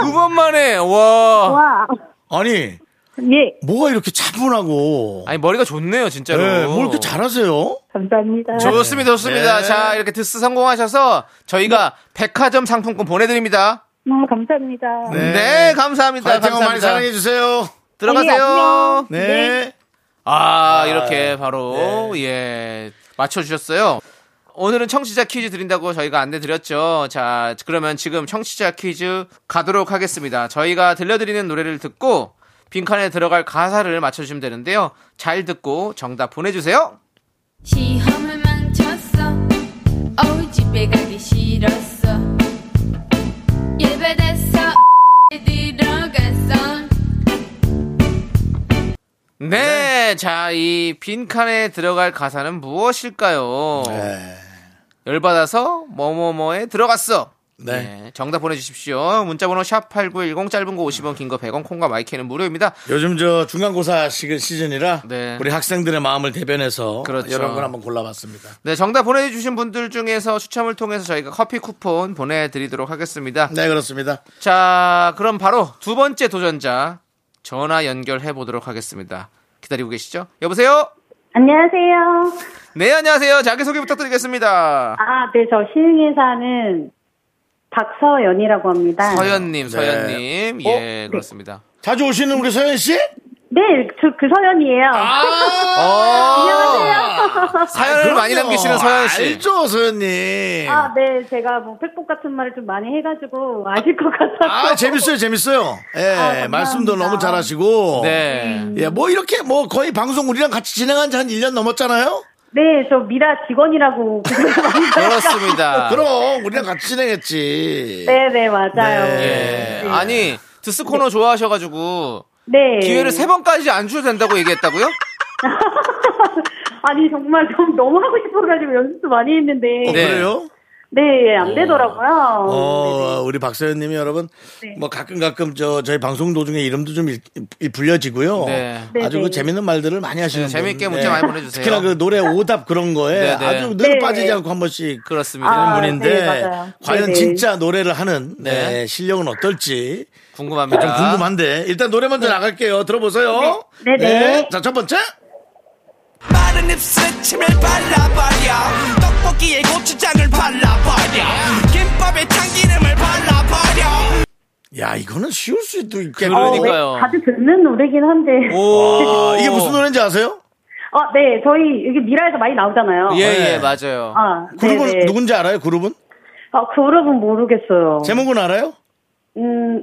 Speaker 2: 두 번만에 와.
Speaker 5: 와.
Speaker 1: 아니,
Speaker 5: 예
Speaker 1: 뭐가 이렇게 차분하고.
Speaker 2: 아니 머리가 좋네요, 진짜로.
Speaker 1: 예, 뭘 이렇게 잘하세요?
Speaker 5: 감사합니다.
Speaker 2: 좋습니다, 좋습니다.
Speaker 1: 네.
Speaker 2: 자, 이렇게 드스 성공하셔서 저희가 백화점 상품권 보내드립니다.
Speaker 5: 음, 감사합니다.
Speaker 2: 네, 감사합니다.
Speaker 1: 예. 파이팅 많이
Speaker 2: 감사합니다.
Speaker 1: 사랑해 주세요.
Speaker 2: 들어가세요.
Speaker 1: 네.
Speaker 2: 아, 이렇게 바로 예 맞춰주셨어요. 오늘은 청취자 퀴즈 드린다고 저희가 안내 드렸죠. 자, 그러면 지금 청취자 퀴즈 가도록 하겠습니다. 저희가 들려드리는 노래를 듣고 빈칸에 들어갈 가사를 맞춰주시면 되는데요. 잘 듣고 정답 보내주세요.
Speaker 7: 시험을 망쳤어 어우 집에 가기 싫었어 예배됐어 들어갔어
Speaker 2: 네, 자, 이 빈칸에 들어갈 가사는 무엇일까요?
Speaker 1: 네.
Speaker 2: 열받아서 뭐뭐뭐에 들어갔어.
Speaker 1: 네.
Speaker 2: 네, 정답 보내주십시오. 문자번호 샵8910 짧은 거 50원, 긴 거 100원, 콩과 마이크는 무료입니다.
Speaker 1: 요즘 저 중간고사 시- 시즌이라
Speaker 2: 네.
Speaker 1: 우리 학생들의 마음을 대변해서
Speaker 2: 그렇죠.
Speaker 1: 이런 걸 한번 골라봤습니다.
Speaker 2: 네, 정답 보내주신 분들 중에서 추첨을 통해서 저희가 커피 쿠폰 보내드리도록 하겠습니다.
Speaker 1: 네, 그렇습니다.
Speaker 2: 자, 그럼 바로 두 번째 도전자 전화 연결해 보도록 하겠습니다. 기다리고 계시죠? 여보세요?
Speaker 5: 안녕하세요.
Speaker 2: 네, 안녕하세요. 자기소개 부탁드리겠습니다.
Speaker 5: 아, 네, 저 신흥에 사는 박서연이라고 합니다.
Speaker 2: 서연님,
Speaker 1: 네. 어?
Speaker 2: 서연님. 예, 그렇습니다.
Speaker 1: 자주 오시는 우리 서현 씨?
Speaker 5: 네, 저 그 서연이에요.
Speaker 2: 안녕하세요. 아, 어, 사연을
Speaker 1: 아, 그럼요.
Speaker 2: 많이 남기시는 서현 씨.
Speaker 1: 알죠, 서현님.
Speaker 5: 아,
Speaker 1: 아,
Speaker 5: 네, 제가 뭐 팩폭 같은 말을 좀 많이 해가지고 아실 것 같아서.
Speaker 1: 재밌어요, 재밌어요. 예,
Speaker 5: 아, 감사합니다.
Speaker 1: 말씀도 너무 잘하시고.
Speaker 2: 네.
Speaker 1: 예, 뭐 이렇게 뭐 거의 방송 우리랑 같이 진행한 지 한 1년 넘었잖아요?
Speaker 5: 네, 저 미라 직원이라고.
Speaker 2: 그렇습니다.
Speaker 1: 그럼 우리랑 같이 진행했지.
Speaker 5: 네, 네, 맞아요.
Speaker 2: 예. 아니, 드스
Speaker 1: 네.
Speaker 2: 코너 좋아하셔가지고
Speaker 5: 네.
Speaker 2: 기회를 세 번까지 안 주셔도 된다고 얘기했다고요?
Speaker 5: 아니 정말 좀 너무 하고 싶어가지고 연습도 많이 했는데
Speaker 1: 어,
Speaker 2: 네.
Speaker 1: 그래요?
Speaker 5: 네, 안 되더라고요.
Speaker 1: 어,
Speaker 5: 네.
Speaker 1: 우리 박서연님이 여러분 뭐 가끔 가끔 저 저희 방송 도중에 이름도 좀 읽- 읽- 불려지고요.
Speaker 2: 네.
Speaker 1: 아주
Speaker 5: 네,
Speaker 1: 그
Speaker 5: 네.
Speaker 1: 재밌는 말들을 많이 하시는
Speaker 2: 네, 재밌게
Speaker 1: 분.
Speaker 2: 문자 많이 보내주세요.
Speaker 1: 특히나 그 노래 오답 그런 거에
Speaker 2: 네, 네.
Speaker 1: 아주 늘
Speaker 5: 네.
Speaker 1: 빠지지 않고 한 번씩 그런
Speaker 2: 그렇습니다.
Speaker 5: 아, 네,
Speaker 1: 분인데
Speaker 5: 맞아요.
Speaker 1: 과연
Speaker 5: 네, 네.
Speaker 1: 진짜 노래를 하는 네,
Speaker 2: 네.
Speaker 1: 실력은 어떨지
Speaker 2: 궁금합니다.
Speaker 1: 좀 궁금한데 일단 노래 먼저 나갈게요. 들어보세요.
Speaker 5: 네, 네.
Speaker 1: 자첫 번째
Speaker 6: 마른 잎새침을 발라버려 떡볶이에 고추장을 발라버려 김밥에 참기름을 발라버려
Speaker 1: 야 이거는 쉬울 수도 있겠네.
Speaker 5: 어,
Speaker 2: 그러니까.
Speaker 5: 네,
Speaker 2: 그러니까요.
Speaker 5: 자주 듣는 노래긴 한데.
Speaker 2: 오.
Speaker 1: 아, 이게 무슨 노래인지 아세요?
Speaker 5: 아, 네, 저희 여기 미라에서 많이 나오잖아요.
Speaker 2: 예,
Speaker 1: 네.
Speaker 2: 예, 맞아요.
Speaker 5: 아,
Speaker 1: 그룹은
Speaker 5: 네네.
Speaker 1: 누군지 알아요? 그룹은
Speaker 5: 아, 그룹은 모르겠어요.
Speaker 1: 제목은 알아요?
Speaker 5: 음,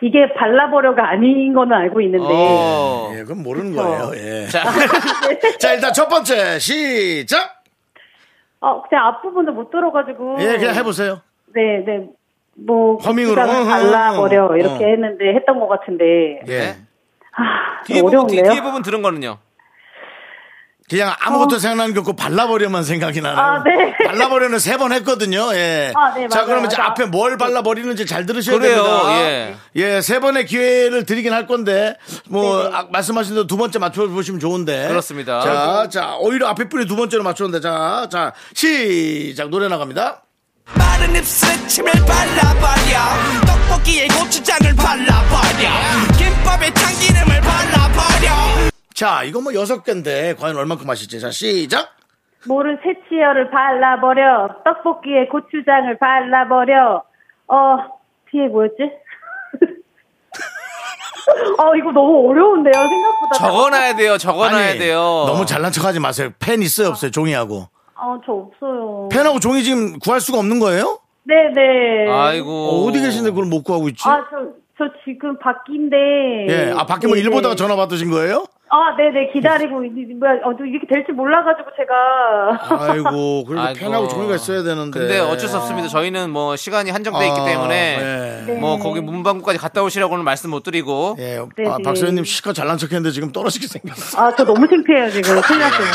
Speaker 5: 이게 발라버려가 아닌 거는 알고 있는데.
Speaker 2: 어.
Speaker 5: 네.
Speaker 1: 예, 그건 모르는
Speaker 5: 그쵸.
Speaker 1: 거예요. 예.
Speaker 2: 자,
Speaker 1: 자, 일단 첫 번째 시작.
Speaker 5: 어, 그냥 앞부분을 못 들어가지고.
Speaker 1: 예, 그냥 해보세요.
Speaker 5: 네, 네. 뭐,
Speaker 1: 허밍으로.
Speaker 5: 시간을
Speaker 1: 어허.
Speaker 5: 발라버려. 이렇게
Speaker 1: 어.
Speaker 5: 했는데, 했던 것 같은데.
Speaker 1: 예.
Speaker 5: 아,
Speaker 2: 뒤에 부분, 뒤,
Speaker 5: 어려운데요?
Speaker 2: 뒤에 부분 들은 거는요.
Speaker 1: 그냥 아무것도 생각나는 게 없고 발라버려만 생각이 나네요.
Speaker 5: 어. 아, 네.
Speaker 1: 발라버려는 세 번 했거든요. 예.
Speaker 5: 아, 네,
Speaker 1: 자,
Speaker 5: 맞아요,
Speaker 1: 그러면 이제
Speaker 5: 맞아요.
Speaker 1: 앞에 뭘 발라버리는지 잘 들으셔야
Speaker 2: 그래요,
Speaker 1: 됩니다.
Speaker 2: 예.
Speaker 1: 예, 세 번의 기회를 드리긴 할 건데
Speaker 5: 네,
Speaker 1: 뭐 아, 말씀하신 대로 두 번째 맞춰 보시면 좋은데.
Speaker 2: 그렇습니다.
Speaker 1: 자, 자, 오히려 앞에 분이 두 번째로 맞췄는데 자, 자, 시작 노래 나갑니다.
Speaker 6: 마른 잎새침을 발라버려 떡볶이에 고추장을 발라버려 김밥에 참기름을 발라버려
Speaker 1: 자, 이거 뭐 여섯 개인데 과연 얼만큼 하실지. 자, 시작.
Speaker 5: 모른 새치열을 발라버려. 떡볶이에 고추장을 발라버려. 어, 뒤에 뭐였지? 어, 이거 너무 어려운데요, 생각보다.
Speaker 2: 적어놔야 돼요, 적어놔야
Speaker 1: 아니,
Speaker 2: 돼요.
Speaker 1: 너무 잘난 척하지 마세요. 펜 있어요, 없어요? 종이하고.
Speaker 5: 어, 저 없어요.
Speaker 1: 펜하고 종이 지금 구할 수가 없는 거예요?
Speaker 5: 네네.
Speaker 2: 아이고.
Speaker 1: 어, 디 계신데 그걸 못 구하고 있지?
Speaker 5: 아, 저, 저 지금 밖인데.
Speaker 1: 예, 아 밖에 뭐
Speaker 5: 네네.
Speaker 1: 일 보다가 전화 받으신 거예요?
Speaker 5: 아, 네네, 기다리고, 이- 이- 뭐야, 어, 또 이렇게 될 줄 몰라가지고 제가.
Speaker 1: 아이고, 그래도
Speaker 2: 아이고.
Speaker 1: 펜하고 종이가 있어야 되는데.
Speaker 2: 근데 어쩔 수 없습니다. 저희는 뭐 시간이 한정돼 있기 때문에
Speaker 1: 아, 예.
Speaker 5: 네.
Speaker 2: 뭐 거기 문방구까지 갔다 오시라고는 말씀 못 드리고
Speaker 1: 예,
Speaker 5: 네,
Speaker 1: 아,
Speaker 5: 네.
Speaker 1: 박사님 시카 잘난 척했는데 지금 떨어지게 생겼어.
Speaker 5: 아, 저 너무 창피해요, 지금. 큰일 났어요.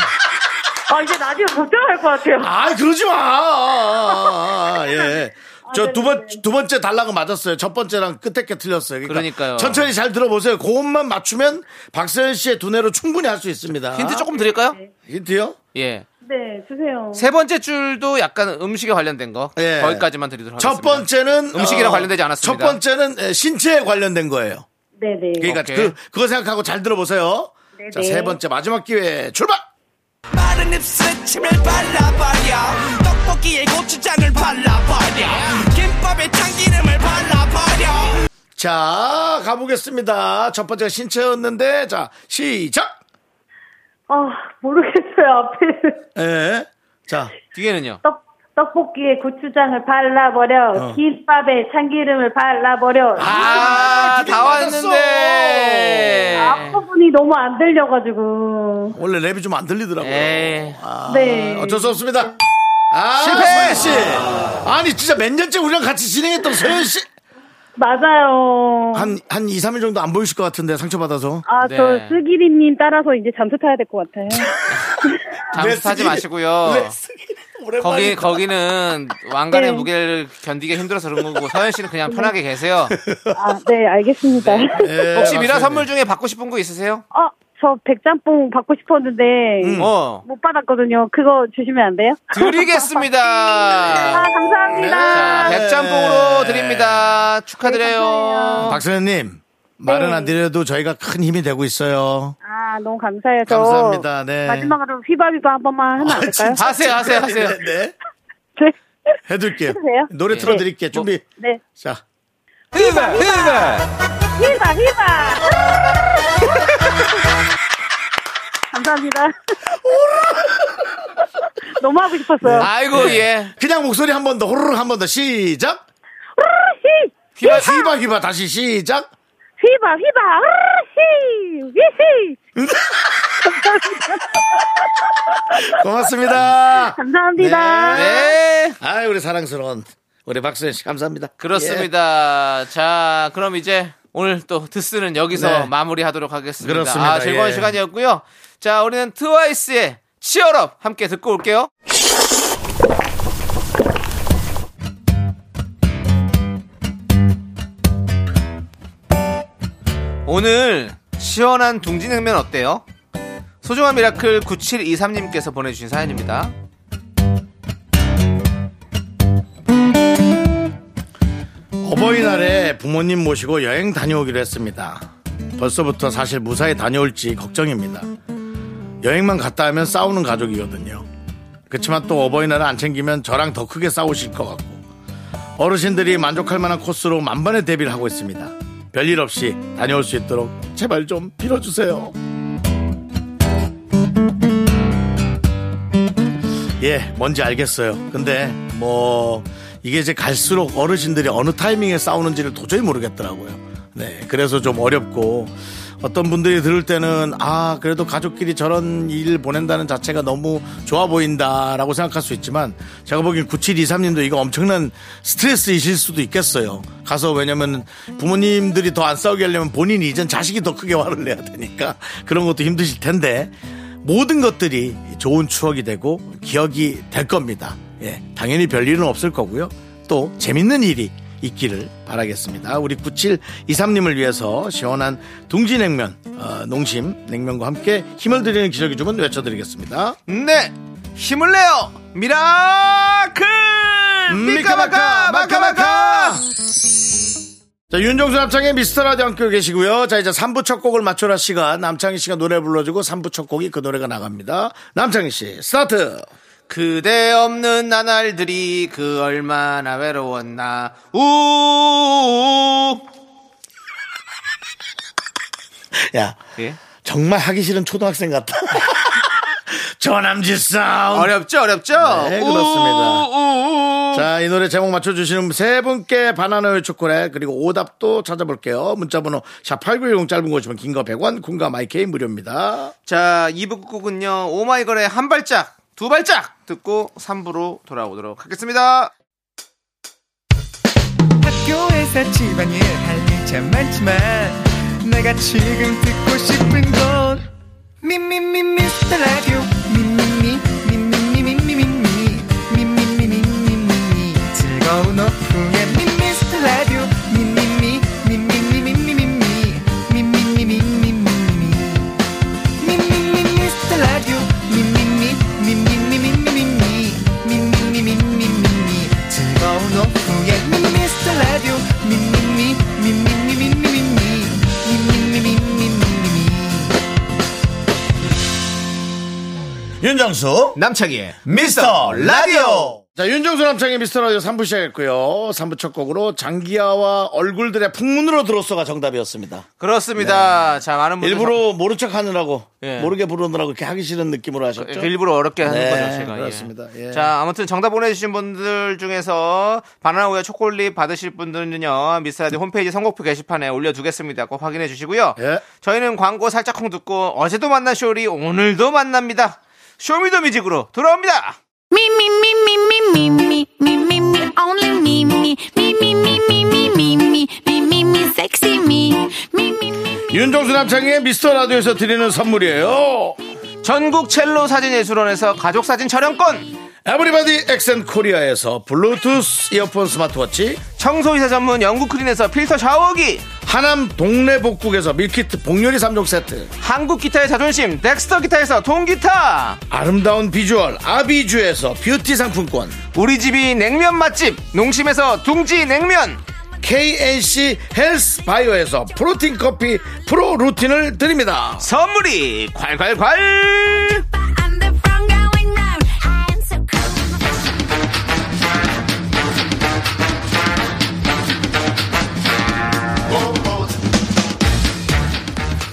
Speaker 5: 아, 이제 라디오 걱정할 것 같아요.
Speaker 1: 예. 아, 그러지 마. 아, 아, 아, 예. 저
Speaker 5: 네,
Speaker 1: 두
Speaker 5: 네,
Speaker 1: 번,
Speaker 5: 네.
Speaker 1: 두 번째 달락은 맞았어요. 첫 번째랑 끝에 게 틀렸어요. 그러니까
Speaker 2: 그러니까요.
Speaker 1: 천천히 잘 들어보세요. 그것만 맞추면 박서연 씨의 두뇌로 충분히 할 수 있습니다.
Speaker 2: 힌트 조금 드릴까요?
Speaker 1: 힌트요?
Speaker 2: 예.
Speaker 5: 네, 주세요.
Speaker 2: 세 번째 줄도 약간 음식에 관련된 거
Speaker 1: 예.
Speaker 2: 거기까지만 드리도록
Speaker 1: 첫
Speaker 2: 하겠습니다.
Speaker 1: 번째는
Speaker 2: 음식이랑
Speaker 1: 어,
Speaker 2: 관련되지 않았습니다.
Speaker 1: 첫 번째는 에, 신체에 관련된 거예요.
Speaker 5: 네네.
Speaker 1: 그러니까
Speaker 2: 오케이.
Speaker 1: 그 그거 생각하고 잘 들어보세요.
Speaker 5: 네네.
Speaker 1: 자, 세 번째 마지막 기회 출발.
Speaker 6: 마른 잎새침을 발라버려 떡볶이에 고추장을 발라버려 김밥에 참기름을 발라버려
Speaker 1: 자, 가보겠습니다. 첫 번째가 신체였는데 자, 시작.
Speaker 5: 아, 모르겠어요, 앞에.
Speaker 1: 예. 자,
Speaker 2: 뒤에는요.
Speaker 5: 떡, 떡볶이에 고추장을 발라버려.
Speaker 1: 어.
Speaker 5: 김밥에 참기름을 발라버려.
Speaker 2: 아,
Speaker 1: 드디어
Speaker 2: 다
Speaker 1: 맞았어. 네.
Speaker 2: 왔는데.
Speaker 5: 아, 앞부분이 너무 안 들려가지고.
Speaker 1: 원래 랩이 좀 안 들리더라고요.
Speaker 2: 에이.
Speaker 1: 아,
Speaker 5: 네.
Speaker 1: 어쩔 수 없습니다. 아,
Speaker 2: 예.
Speaker 1: 서현
Speaker 2: 실패!
Speaker 1: 씨. 아니, 진짜 몇 년째 우리랑 같이 진행했던 서현 씨.
Speaker 5: 맞아요.
Speaker 1: 한, 한 2, 3일 정도 안 보이실 것 같은데, 상처받아서.
Speaker 5: 아,
Speaker 2: 네.
Speaker 5: 저 쓰기리님 따라서 이제 잠수 타야 될 것 같아요.
Speaker 2: 잠수 타지
Speaker 5: 어.
Speaker 2: 마시고요. 거기 거기는 왕관의
Speaker 5: 네.
Speaker 2: 무게를 견디기 힘들어서 그런 거고 서현 씨는 그냥 편하게 계세요.
Speaker 5: 아, 네, 알겠습니다.
Speaker 1: 네,
Speaker 2: 혹시 미라 선물 중에 받고 싶은 거 있으세요?
Speaker 5: 어, 저 백짬뽕 받고 싶었는데
Speaker 2: 어.
Speaker 5: 못 받았거든요. 그거 주시면 안 돼요? 아,
Speaker 2: 드리겠습니다. 아, 자,
Speaker 5: 감사합니다.
Speaker 2: 백짬뽕으로 드립니다. 축하드려요.
Speaker 1: 네, 박선현님, 말은 안 드려도 저희가 큰 힘이 되고 있어요.
Speaker 5: 아, 너무 감사해요. 저
Speaker 1: 감사합니다. 네. 아,
Speaker 5: 마지막으로 휘바휘바 한 번만 하면 안 될까요?
Speaker 1: 진짜
Speaker 2: 하세요, 하세요, 하세요. 네.
Speaker 1: 네, 네.
Speaker 5: 네.
Speaker 1: 해둘게요.
Speaker 5: 해도 돼요?
Speaker 2: 뭐,
Speaker 1: 노래 틀어드릴게요. 준비.
Speaker 5: 네.
Speaker 1: 자,
Speaker 6: 히바 히바
Speaker 5: 히바 히바. 감사합니다. 너무 하고 싶었어요.
Speaker 2: 아이고 예.
Speaker 1: 네. 그냥 목소리 한 번 더 호로록 한 번 더 시작.
Speaker 5: 히
Speaker 1: 휘바 휘바 휘바 다시 시작.
Speaker 5: 휘바 휘바 히 히히.
Speaker 1: 고맙습니다.
Speaker 5: 감사합니다.
Speaker 2: 네.
Speaker 1: 아 우리 사랑스러운 우리 박수현 씨 감사합니다.
Speaker 2: 그렇습니다. 자, 그럼 이제 오늘 또 드스는 여기서
Speaker 1: 예. 네.
Speaker 2: 마무리하도록 하겠습니다.
Speaker 1: 그렇습니다.
Speaker 2: 아, 즐거운
Speaker 1: 예.
Speaker 2: 시간이었고요. 자, 우리는 트와이스의 치얼업 함께 듣고 올게요. 오늘 시원한 둥지냉면 어때요? 소중한 미라클 9723님께서 보내주신 사연입니다.
Speaker 1: 어버이날에 부모님 모시고 여행 다녀오기로 했습니다. 벌써부터 사실 무사히 다녀올지 걱정입니다. 여행만 갔다 하면 싸우는 가족이거든요. 그렇지만 또 어버이날을 안 챙기면 저랑 더 크게 싸우실 것 같고 어르신들이 만족할 만한 코스로 만반의 대비를 하고 있습니다. 별일 없이 다녀올 수 있도록 제발 좀 빌어주세요. 예, 뭔지 알겠어요. 근데 뭐 이게 이제 갈수록 어르신들이 어느 타이밍에 싸우는지를 도저히 모르겠더라고요. 네, 그래서 좀 어렵고 어떤 분들이 들을 때는 아 그래도 가족끼리 저런 일 보낸다는 자체가 너무 좋아 보인다라고 생각할 수 있지만 제가 보기엔 9723님도 이거 엄청난 스트레스이실 수도 있겠어요. 가서 왜냐면 부모님들이 더 안 싸우게 하려면 본인이 이젠 자식이 더 크게 화를 내야 되니까 그런 것도 힘드실 텐데 모든 것들이 좋은 추억이 되고 기억이 될 겁니다. 예, 당연히 별일은 없을 거고요. 또 재밌는 일이 있기를 바라겠습니다. 우리 9723님을 위해서 시원한 둥지냉면, 어, 농심 냉면과 함께 힘을 드리는 기적의 주문 외쳐드리겠습니다.
Speaker 2: 네 힘을 내요 미라클 미카마카 마카마카
Speaker 1: 자, 윤정수 남창의 미스터 라디오 함께 계시고요. 자, 이제 3부 첫 곡을 맞춰라 씨가 남창희 씨가 노래 불러주고 3부 첫 곡이 그 노래가 나갑니다. 남창희 씨, 스타트!
Speaker 2: 그대 없는 나날들이 그 얼마나 외로웠나 우
Speaker 1: 야,
Speaker 2: 예?
Speaker 1: 정말 하기 싫은 초등학생 같다. 저남지 싸움.
Speaker 2: 어렵죠 어렵죠
Speaker 1: 네, 그렇습니다.
Speaker 2: 우우.
Speaker 1: 자, 이 노래 제목 맞춰주시는 세 분께 바나나의 초콜릿, 그리고 오답도 찾아볼게요. 문자번호, 샵8910 짧은 거 오시면 긴 거 100원, 군가 마이케이 무료입니다.
Speaker 2: 자 2부 곡은요 오마이걸의 한 발짝 두 발짝 듣고 3부로 돌아오도록 하겠습니다
Speaker 8: 학교에서 집안일 할 일 참 많지만 내가 지금 듣고 싶은 건 미미미 미스터 라디오 미미미 미미미미미미 미미미미미미 즐거운 오후에 미스터 라디오 미미미 미미미미미미 미미미미미미 미미미 미스터 라디오 미미미 미미미미미미 미미미미미미 즐거운 오후에 미스터 라디오 미미미 미미미미미미 미미미미미미
Speaker 1: 윤정수,
Speaker 2: 남창희의
Speaker 1: 미스터 라디오! 자, 윤정수 남창의 미스터 라디오 3부 시작했고요. 3부 첫 곡으로 장기하와 얼굴들의 풍문으로 들었어가 정답이었습니다.
Speaker 2: 그렇습니다
Speaker 1: 네.
Speaker 2: 자 많은 분들
Speaker 1: 일부러 모른 척 하느라고,
Speaker 2: 예.
Speaker 1: 모르게 부르느라고 이렇게 하기 싫은 느낌으로 하셨죠.
Speaker 2: 그 일부러 어렵게 하는
Speaker 1: 네,
Speaker 2: 거죠, 제가. 예.
Speaker 1: 그렇습니다. 예.
Speaker 2: 자, 아무튼 정답 보내주신 분들 중에서 바나나 우유 초콜릿 받으실 분들은요, 미스라디 홈페이지 선곡표 게시판에 올려두겠습니다. 꼭 확인해 주시고요.
Speaker 1: 예.
Speaker 2: 저희는 광고 살짝 콩 듣고 어제도 만난 쇼리 오늘도 만납니다. 쇼미더뮤직으로 돌아옵니다.
Speaker 4: Me, me, me, me, me, me, me, me, me, me, only me, me, me, me, me, me, me, me, me, me, me, me, sexy me, me, me, me.
Speaker 1: 윤정수 남창의 미스터 라디오에서 드리는 선물이에요.
Speaker 2: 전국 첼로 사진예술원에서 가족사진 촬영권,
Speaker 1: 에브리바디 엑센 코리아에서 블루투스 이어폰 스마트워치
Speaker 2: 청소이사 전문 영국크린에서 필터 샤워기,
Speaker 1: 하남 동네 복국에서 밀키트 복요리 3종 세트
Speaker 2: 한국 기타의 자존심, 덱스터 기타에서 통기타,
Speaker 1: 아름다운 비주얼 아비주에서 뷰티 상품권
Speaker 2: 우리 집이 냉면 맛집, 농심에서 둥지 냉면,
Speaker 1: KNC 헬스 바이오에서 프로틴 커피 프로 루틴을 드립니다
Speaker 2: 선물이
Speaker 4: I'm the
Speaker 2: 콸콸콸
Speaker 4: front going round. I am so cool.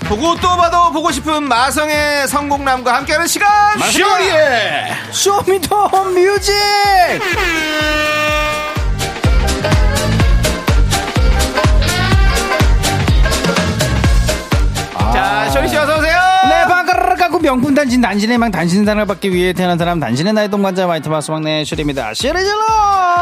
Speaker 2: 보고 또 봐도 보고 싶은 마성의 성공남과 함께하는 시간
Speaker 1: 쇼리에
Speaker 8: 쇼미더 뮤직 아.
Speaker 2: 자 쇼리씨 어서오세요
Speaker 8: 내 방가르르 깎고 명품 단신 단신의 망 단신의 사랑을 받기 위해 태어난 사람 단신의 나의 동반자 마이트 마스 막내 쇼리입니다 쇼리질러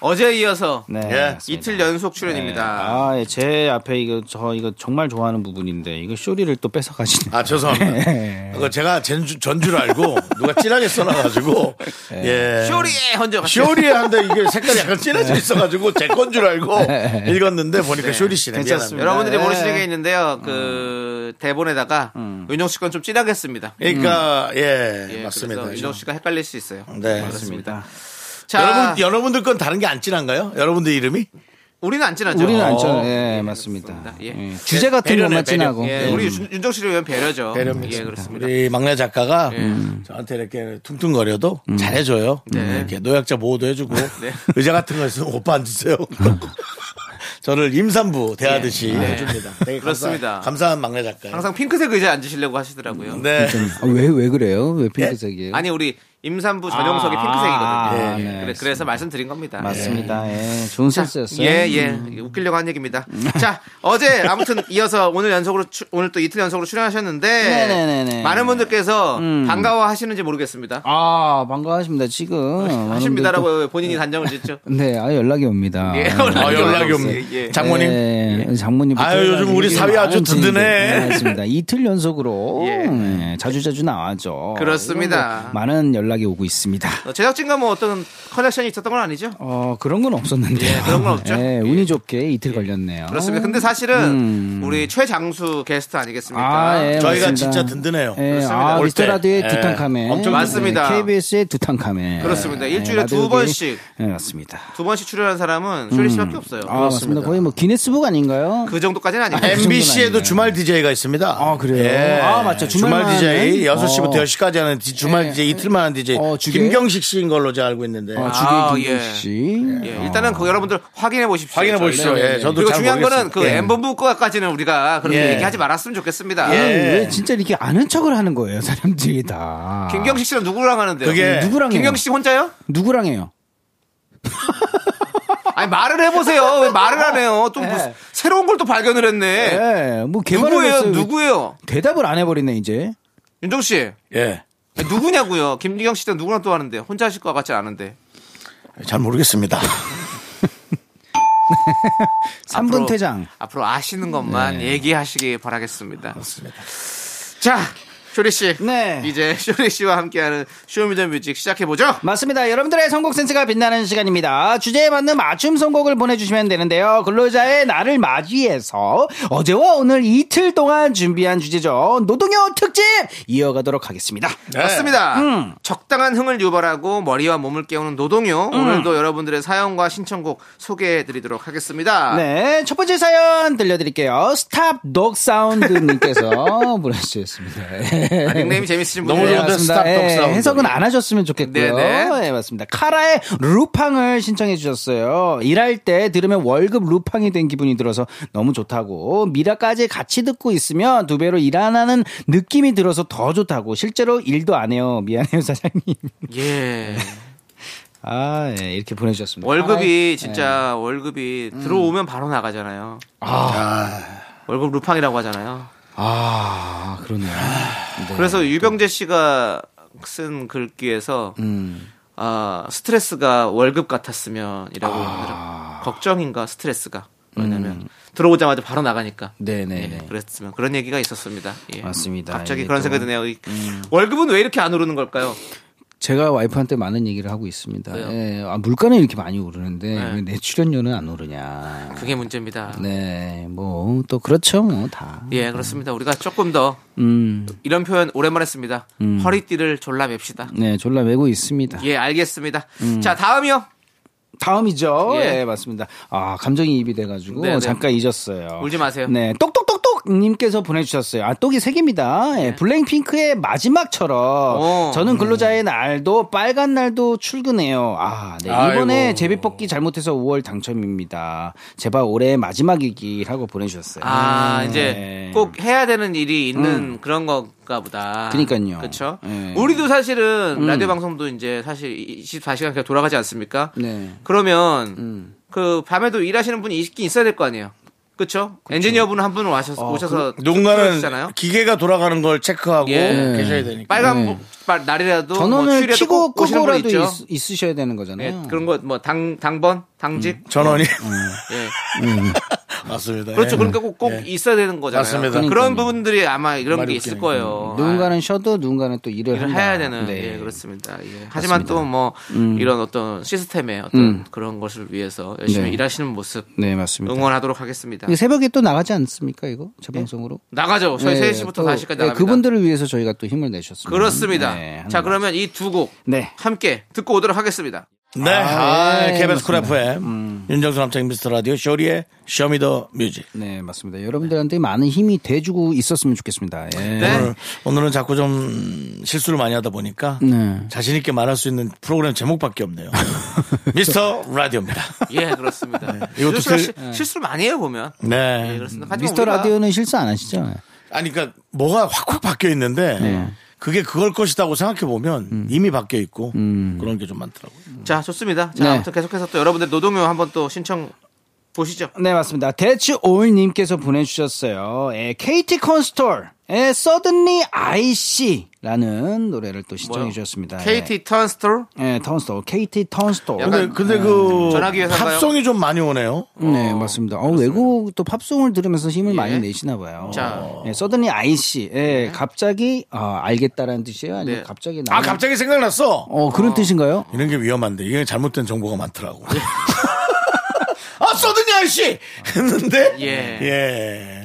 Speaker 2: 어제 이어서
Speaker 8: 네
Speaker 1: 예.
Speaker 8: 맞습니다.
Speaker 2: 이틀 연속 출연입니다
Speaker 8: 아, 예, 제 앞에 이거 저 이거 정말 좋아하는 부분인데 이거 쇼리를 또 뺏어 가시네.
Speaker 1: 아 죄송합니다. 그거 제가 전주 전주를 알고 누가 진하게 써놔가지고
Speaker 8: 네.
Speaker 1: 예.
Speaker 2: 네. 쇼리에 헌정
Speaker 1: 쇼리에 한데 이게 색깔이 약간 진해져
Speaker 2: 네.
Speaker 1: 있어가지고 제 건 줄 알고 읽었는데 보니까 쇼리 씨네
Speaker 8: 괜찮습니다.
Speaker 1: 미안합니다.
Speaker 2: 여러분들이
Speaker 8: 네.
Speaker 2: 모르시는 게 있는데요 그
Speaker 8: 음.
Speaker 2: 대본에다가 윤정 씨건 좀 진하게 했습니다
Speaker 1: 그러니까 예,
Speaker 2: 예,
Speaker 1: 맞습니다.
Speaker 2: 그래서 윤정 씨가 헷갈릴 수 있어요
Speaker 1: 네.
Speaker 2: 그렇습니다 자 음,
Speaker 1: 여러분 여러분들 건 다른 게 안 진한가요? 여러분들 이름이?
Speaker 2: 우리는 안 친하죠
Speaker 8: 우리는
Speaker 2: 어.
Speaker 8: 안잖아 예, 맞습니다.
Speaker 2: 그렇습니다. 예.
Speaker 8: 예. 주제 같은
Speaker 1: 배려네, 배려.
Speaker 8: 것만 진하고.
Speaker 2: 예, 우리 윤- 윤정 씨를 위한 배려죠
Speaker 1: 배려입니다.
Speaker 2: 예 그렇습니다
Speaker 1: 우리 막내 작가가
Speaker 2: 예. 음.
Speaker 1: 저한테 이렇게 퉁퉁거려도 잘해줘요.
Speaker 2: 네.
Speaker 1: 음, 이렇게 노약자 보호도 해주고 의자 같은 거 있으면 오빠 앉으세요. 그러고 저를 임산부 대하듯이 해줍니다. 되게
Speaker 2: 예. 네. 그렇습니다.
Speaker 1: 감사, 감사한 막내 작가.
Speaker 2: 항상 핑크색 의자에 앉으시려고 하시더라고요
Speaker 1: 네.
Speaker 8: 아, 왜왜 그래요? 왜 핑크색이에요?
Speaker 2: 아니 우리 임산부 전용석이 핑크색이거든요. 예,
Speaker 8: 아, 네,
Speaker 2: 그래, 그래서 말씀드린 겁니다.
Speaker 8: 맞습니다. 예. 좋은 센스였어요. 음.
Speaker 2: 예, 예. 웃기려고 한 얘기입니다. 자, 어제 아무튼 이어서 오늘 연속으로 추- 오늘 또 이틀 연속으로 출연하셨는데
Speaker 8: 네네네네.
Speaker 2: 많은 분들께서 반가워 하시는지 모르겠습니다.
Speaker 8: 아, 반가워하십니다. 지금 많은
Speaker 2: 하십니다라고 본인이 단정을 짓죠.
Speaker 8: 분들 또- 예. 네, 아 연락이 옵니다.
Speaker 2: 예,
Speaker 1: 아, 연락이
Speaker 2: 연락이
Speaker 1: 없네.
Speaker 2: 예, 예.
Speaker 1: 장모님.
Speaker 8: 네, 장모님.
Speaker 1: 아유, 요즘 우리 사회 아주 든든해.
Speaker 8: 네, 맞습니다. 이틀 연속으로
Speaker 2: 예.
Speaker 8: 예, 자주 자주 나와죠.
Speaker 2: 그렇습니다.
Speaker 8: 그리고 많은 연락이 오고 있습니다.
Speaker 2: 어, 제작진과 뭐 어떤 커넥션이 있었던 건 아니죠?
Speaker 8: 어 그런 건 없었는데.
Speaker 2: 예, 그런 건 없죠.
Speaker 8: 예, 운이 좋게 이틀 걸렸네요. 음.
Speaker 2: 그렇습니다. 근데 사실은 우리 최장수 게스트 아니겠습니까?
Speaker 8: 아, 예,
Speaker 1: 저희가
Speaker 8: 맞습니다.
Speaker 1: 진짜 든든해요.
Speaker 8: 예,
Speaker 2: 그렇습니다.
Speaker 8: 아,
Speaker 1: 올 때.
Speaker 8: 미스터라디오의
Speaker 1: 예.
Speaker 8: 두탕카멘.
Speaker 1: 엄청
Speaker 2: 맞습니다.
Speaker 8: KBS의 두탕카멘.
Speaker 2: 그렇습니다.
Speaker 8: 예,
Speaker 2: 일주일에 두
Speaker 8: 라디오계-
Speaker 2: 번씩.
Speaker 8: 예, 맞습니다.
Speaker 2: 두 번씩 출연한 사람은 쇼리 씨밖에 없어요.
Speaker 8: 아, 맞습니다. 거의 뭐 기네스북 아닌가요?
Speaker 2: 그 정도까지는 아니고. 요
Speaker 8: 엠-
Speaker 1: MBC에도
Speaker 8: 아니에요.
Speaker 1: 주말 DJ가 있습니다.
Speaker 8: 네,
Speaker 1: 예.
Speaker 8: 아, 그래요? 아, 맞죠.
Speaker 1: 주말,
Speaker 8: 주말만
Speaker 1: DJ
Speaker 8: 하는?
Speaker 1: 6시부터
Speaker 8: 어.
Speaker 1: 10시까지 하는 디- 주말
Speaker 8: 예.
Speaker 1: DJ 이틀만 하는 DJ
Speaker 8: 어, 주게?
Speaker 1: 김경식 씨인 걸로 제가 알고 있는데.
Speaker 8: 아,
Speaker 2: 아,
Speaker 8: 주기
Speaker 2: 예.
Speaker 8: 김 씨. 아.
Speaker 2: 예, 일단은 그 여러분들 확인해 보십시오.
Speaker 1: 확인해 보십시오.
Speaker 2: 저희는.
Speaker 1: 예, 저도
Speaker 2: 그리고
Speaker 1: 잘
Speaker 2: 중요한 거는
Speaker 1: 모르겠습니다.
Speaker 2: 그
Speaker 1: 예.
Speaker 2: 엠본부 거까지는 우리가 그렇게
Speaker 1: 예.
Speaker 2: 얘기하지 말았으면 좋겠습니다.
Speaker 8: 아니,
Speaker 1: 예.
Speaker 8: 왜 진짜 이렇게 아는 척을 하는 거예요, 사람들이 다.
Speaker 2: 김경식 씨랑 누구랑 하는데요? 음.
Speaker 1: 그게
Speaker 8: 어, 누구랑 해요?
Speaker 2: 김경식 씨 혼자요?
Speaker 8: 누구랑 해요?
Speaker 2: 아니 말을 해보세요. 왜 말을 안 해요? 또 무슨 새로운 걸 또 발견을 했네.
Speaker 8: 예, 뭐 네. 개발을
Speaker 2: 누구예요?
Speaker 8: 했어요.
Speaker 2: 누구예요?
Speaker 8: 대답을 안 해버리네 이제.
Speaker 2: 윤정 씨
Speaker 1: 예.
Speaker 2: 아니, 누구냐고요? 김경 씨 씨랑 누구랑 또 하는데 혼자 하실 것 같지 않은데.
Speaker 1: 잘 모르겠습니다.
Speaker 8: 3분
Speaker 2: 앞으로-
Speaker 8: 퇴장. 네.
Speaker 2: 앞으로 아시는 것만 얘기하시기 바라겠습니다. 맞습니다. 자, 쇼리 씨.
Speaker 8: 네.
Speaker 2: 이제 쇼리 씨와 함께하는 쇼미더뮤직 시작해 보죠.
Speaker 8: 맞습니다. 여러분들의 선곡 센스가 빛나는 시간입니다. 주제에 맞는 맞춤 선곡을 보내주시면 되는데요. 근로자의 날을 맞이해서 어제와 오늘 이틀 동안 준비한 주제죠. 어, 노동요 특집 이어가도록 하겠습니다.
Speaker 2: 맞습니다. 적당한 흥을 유발하고 머리와 몸을 깨우는 노동요. 오늘도 여러분들의 사연과 신청곡 소개해 드리도록 하겠습니다.
Speaker 8: 네, 첫 번째 사연 들려드릴게요. 스탑 독 사운드님께서 보내주셨습니다.
Speaker 2: 아, 닉네임이 재밌으신
Speaker 1: 너무
Speaker 2: 분이에요.
Speaker 1: 좋은데?
Speaker 8: 맞습니다.
Speaker 1: 스탑 독
Speaker 8: 예,
Speaker 1: 사운드.
Speaker 8: 해석은 안 하셨으면 좋겠고요.
Speaker 2: 네네.
Speaker 8: 예, 맞습니다. 카라의 루팡을 신청해 주셨어요. 일할 때 들으면 월급 루팡이 된 기분이 들어서 너무 좋다고 미라까지 같이 듣고 있으면 두 배로 일 안 하는 느낌이 들어서 더 좋다고 실제로 일도 안 해요. 미안해요 사장님.
Speaker 2: 예.
Speaker 8: 아 예, 이렇게 보내주셨습니다.
Speaker 2: 월급이 진짜 월급이 들어오면 바로 나가잖아요. 월급 루팡이라고 하잖아요.
Speaker 8: 아 그러네요.
Speaker 2: 그래서 유병재 씨가 쓴 글귀에서 아, 스트레스가 월급 같았으면이라고 하더라고요. 걱정인가 스트레스가 왜냐면 들어오자마자 바로 나가니까
Speaker 8: 네네네.
Speaker 2: 예, 그랬으면 그런 얘기가 있었습니다. 예.
Speaker 8: 맞습니다.
Speaker 2: 갑자기
Speaker 8: 이게
Speaker 2: 그런
Speaker 8: 또- 음.
Speaker 2: 생각이 드네요. 이- 월급은 왜 이렇게 안 오르는 걸까요?
Speaker 8: 제가 와이프한테 많은 얘기를 하고 있습니다.
Speaker 2: 왜요?
Speaker 8: 예, 아, 물가는 이렇게 많이 오르는데
Speaker 2: 네.
Speaker 8: 왜 내 출연료는 안 오르냐.
Speaker 2: 그게 문제입니다.
Speaker 8: 네, 뭐 또 그렇죠, 뭐 다.
Speaker 2: 예, 그렇습니다. 우리가 조금 더
Speaker 8: 음,
Speaker 2: 이런 표현 오랜만에 씁니다. 허리띠를 졸라 맵시다.
Speaker 8: 네, 졸라 매고 있습니다.
Speaker 2: 예, 알겠습니다. 자, 다음이요.
Speaker 8: 다음이죠.
Speaker 2: 예.
Speaker 8: 예, 맞습니다. 아, 감정이 입이 돼가지고
Speaker 2: 네네.
Speaker 8: 잠깐 잊었어요.
Speaker 2: 울지 마세요.
Speaker 8: 네, 똑똑똑똑 똑님께서 보내주셨어요. 아, 똑이 세 개입니다.
Speaker 2: 네.
Speaker 8: 예, 블랙핑크의 마지막처럼
Speaker 2: 오.
Speaker 8: 저는 근로자의 날도 빨간 날도 출근해요. 아, 네. 이번에
Speaker 2: 아이고.
Speaker 8: 제비 뽑기 잘못해서 5월 당첨입니다. 제발 올해 마지막이기라고 보내주셨어요.
Speaker 2: 아,
Speaker 8: 음,
Speaker 2: 이제
Speaker 8: 네.
Speaker 2: 꼭 해야 되는 일이 있는 그런 건가 보다.
Speaker 8: 그러니까요.
Speaker 2: 그렇죠.
Speaker 8: 네.
Speaker 2: 우리도 사실은 라디오 방송도 이제 사실 24시간 그냥 돌아가지 않습니까?
Speaker 8: 네.
Speaker 2: 그러면 그 밤에도 일하시는 분이 있긴 있어야 될 거 아니에요. 그렇죠? 엔지니어분 한 분은 와셔서 오셔서
Speaker 1: 그 누군가는
Speaker 2: 틀어주잖아요.
Speaker 1: 기계가 돌아가는 걸 체크하고
Speaker 2: 예.
Speaker 1: 계셔야 되니까.
Speaker 2: 빨간 뭐- 빨- 날이라도 뭐
Speaker 8: 전원을
Speaker 2: 추위라도
Speaker 8: 켜고
Speaker 2: 꼭 오시는 분
Speaker 8: 끄고라도
Speaker 2: 있죠.
Speaker 8: 있, 으셔야 되는
Speaker 2: 예,
Speaker 8: 거잖아요.
Speaker 2: 그런 거 뭐 당 당번 당직
Speaker 1: 전원이
Speaker 8: 음.
Speaker 2: 예.
Speaker 1: 맞습니다.
Speaker 2: 그렇죠.
Speaker 1: 예.
Speaker 2: 그러니까 꼭, 꼭 있어야 되는 거잖아요.
Speaker 1: 맞습니다.
Speaker 2: 그런 부분들이 아마 이런 게
Speaker 1: 말이
Speaker 2: 있을
Speaker 1: 웃기네.
Speaker 2: 거예요.
Speaker 8: 누군가는 쉬어도 누군가는 또 일을
Speaker 2: 일을
Speaker 8: 한다.
Speaker 2: 해야 되는
Speaker 8: 그 네. 음.
Speaker 2: 예 그렇습니다. 예. 하지만 또 뭐 이런 어떤 시스템의 어떤 그런 것을 위해서 열심히
Speaker 8: 네.
Speaker 2: 일하시는 모습
Speaker 8: 네, 맞습니다.
Speaker 2: 응원하도록 하겠습니다.
Speaker 8: 이거 새벽에 또 나가지 않습니까 이거 재방송으로?
Speaker 2: 나가죠. 저희
Speaker 8: 네,
Speaker 2: 네. 3시부터
Speaker 8: 또,
Speaker 2: 4시까지
Speaker 8: 네,
Speaker 2: 나갑니다.
Speaker 8: 그분들을 위해서 저희가 또 힘을 내셨습니다.
Speaker 2: 그렇습니다.
Speaker 8: 네,
Speaker 2: 자
Speaker 8: 하는 거.
Speaker 2: 그러면 이 두 곡
Speaker 8: 네.
Speaker 2: 함께 듣고 오도록 하겠습니다.
Speaker 1: 네,
Speaker 8: 아,
Speaker 1: 아,
Speaker 8: 예,
Speaker 1: KBS 쿨
Speaker 8: 맞습니다. 음.
Speaker 1: FM 윤정수 남창 미스터 라디오 쇼리의 쇼미더 뮤직.
Speaker 8: 네 맞습니다. 여러분들한테 많은 힘이 돼주고 있었으면 좋겠습니다. 예.
Speaker 2: 네.
Speaker 1: 오늘, 오늘은 자꾸 좀 실수를 많이 하다 보니까
Speaker 8: 네.
Speaker 1: 자신 있게 말할 수 있는 프로그램 제목밖에 없네요. 미스터 라디오입니다.
Speaker 2: 예 그렇습니다.
Speaker 8: 네.
Speaker 1: 이것도
Speaker 2: 유정 씨가
Speaker 1: 들-
Speaker 2: 시- 실수를 많이 해요 보면. 예,
Speaker 1: 네.
Speaker 2: 그렇습니다. 하지만
Speaker 8: 음, 미스터
Speaker 2: 우리가-
Speaker 8: 라디오는 실수 안 하시죠?
Speaker 1: 아니 그러니까 뭐가 확확 바뀌어 있는데 그게 그걸 것이다고 생각해 보면 이미 바뀌어 있고 그런 게 좀 많더라고요.
Speaker 2: 자 좋습니다. 자
Speaker 8: 네.
Speaker 2: 아무튼 계속해서 또 여러분들 노동요 한번 또 신청 보시죠.
Speaker 8: 네 맞습니다. 대치 오일님께서 보내주셨어요. 예, KT 콘스톨의 Suddenly I See라는 노래를 또 신청해
Speaker 2: 뭐요?
Speaker 8: 주셨습니다.
Speaker 2: KT 턴스톨
Speaker 8: 예, 예, 턴스톨 KT 턴스톨.
Speaker 2: 약간-
Speaker 1: 근데 근데 그
Speaker 2: 전화기 회사인가요?
Speaker 1: 합성이 좀 많이 오네요.
Speaker 6: 음.
Speaker 8: 네, 맞습니다. 어, 외국 또 팝송을 들으면서 힘을 많이 내시나 봐요.
Speaker 2: 자.
Speaker 8: 예, 서든이 아이씨. 예, 갑자기 아, 알겠다라는 뜻이에요? 아니면
Speaker 2: 네.
Speaker 8: 갑자기
Speaker 1: 아
Speaker 8: 나는-
Speaker 1: 갑자기 생각났어.
Speaker 8: 어, 그런 뜻인가요?
Speaker 1: 이런 게 위험한데 이게 잘못된 정보가 많더라고. 아 쏘더니 아저씨 했는데
Speaker 2: 예.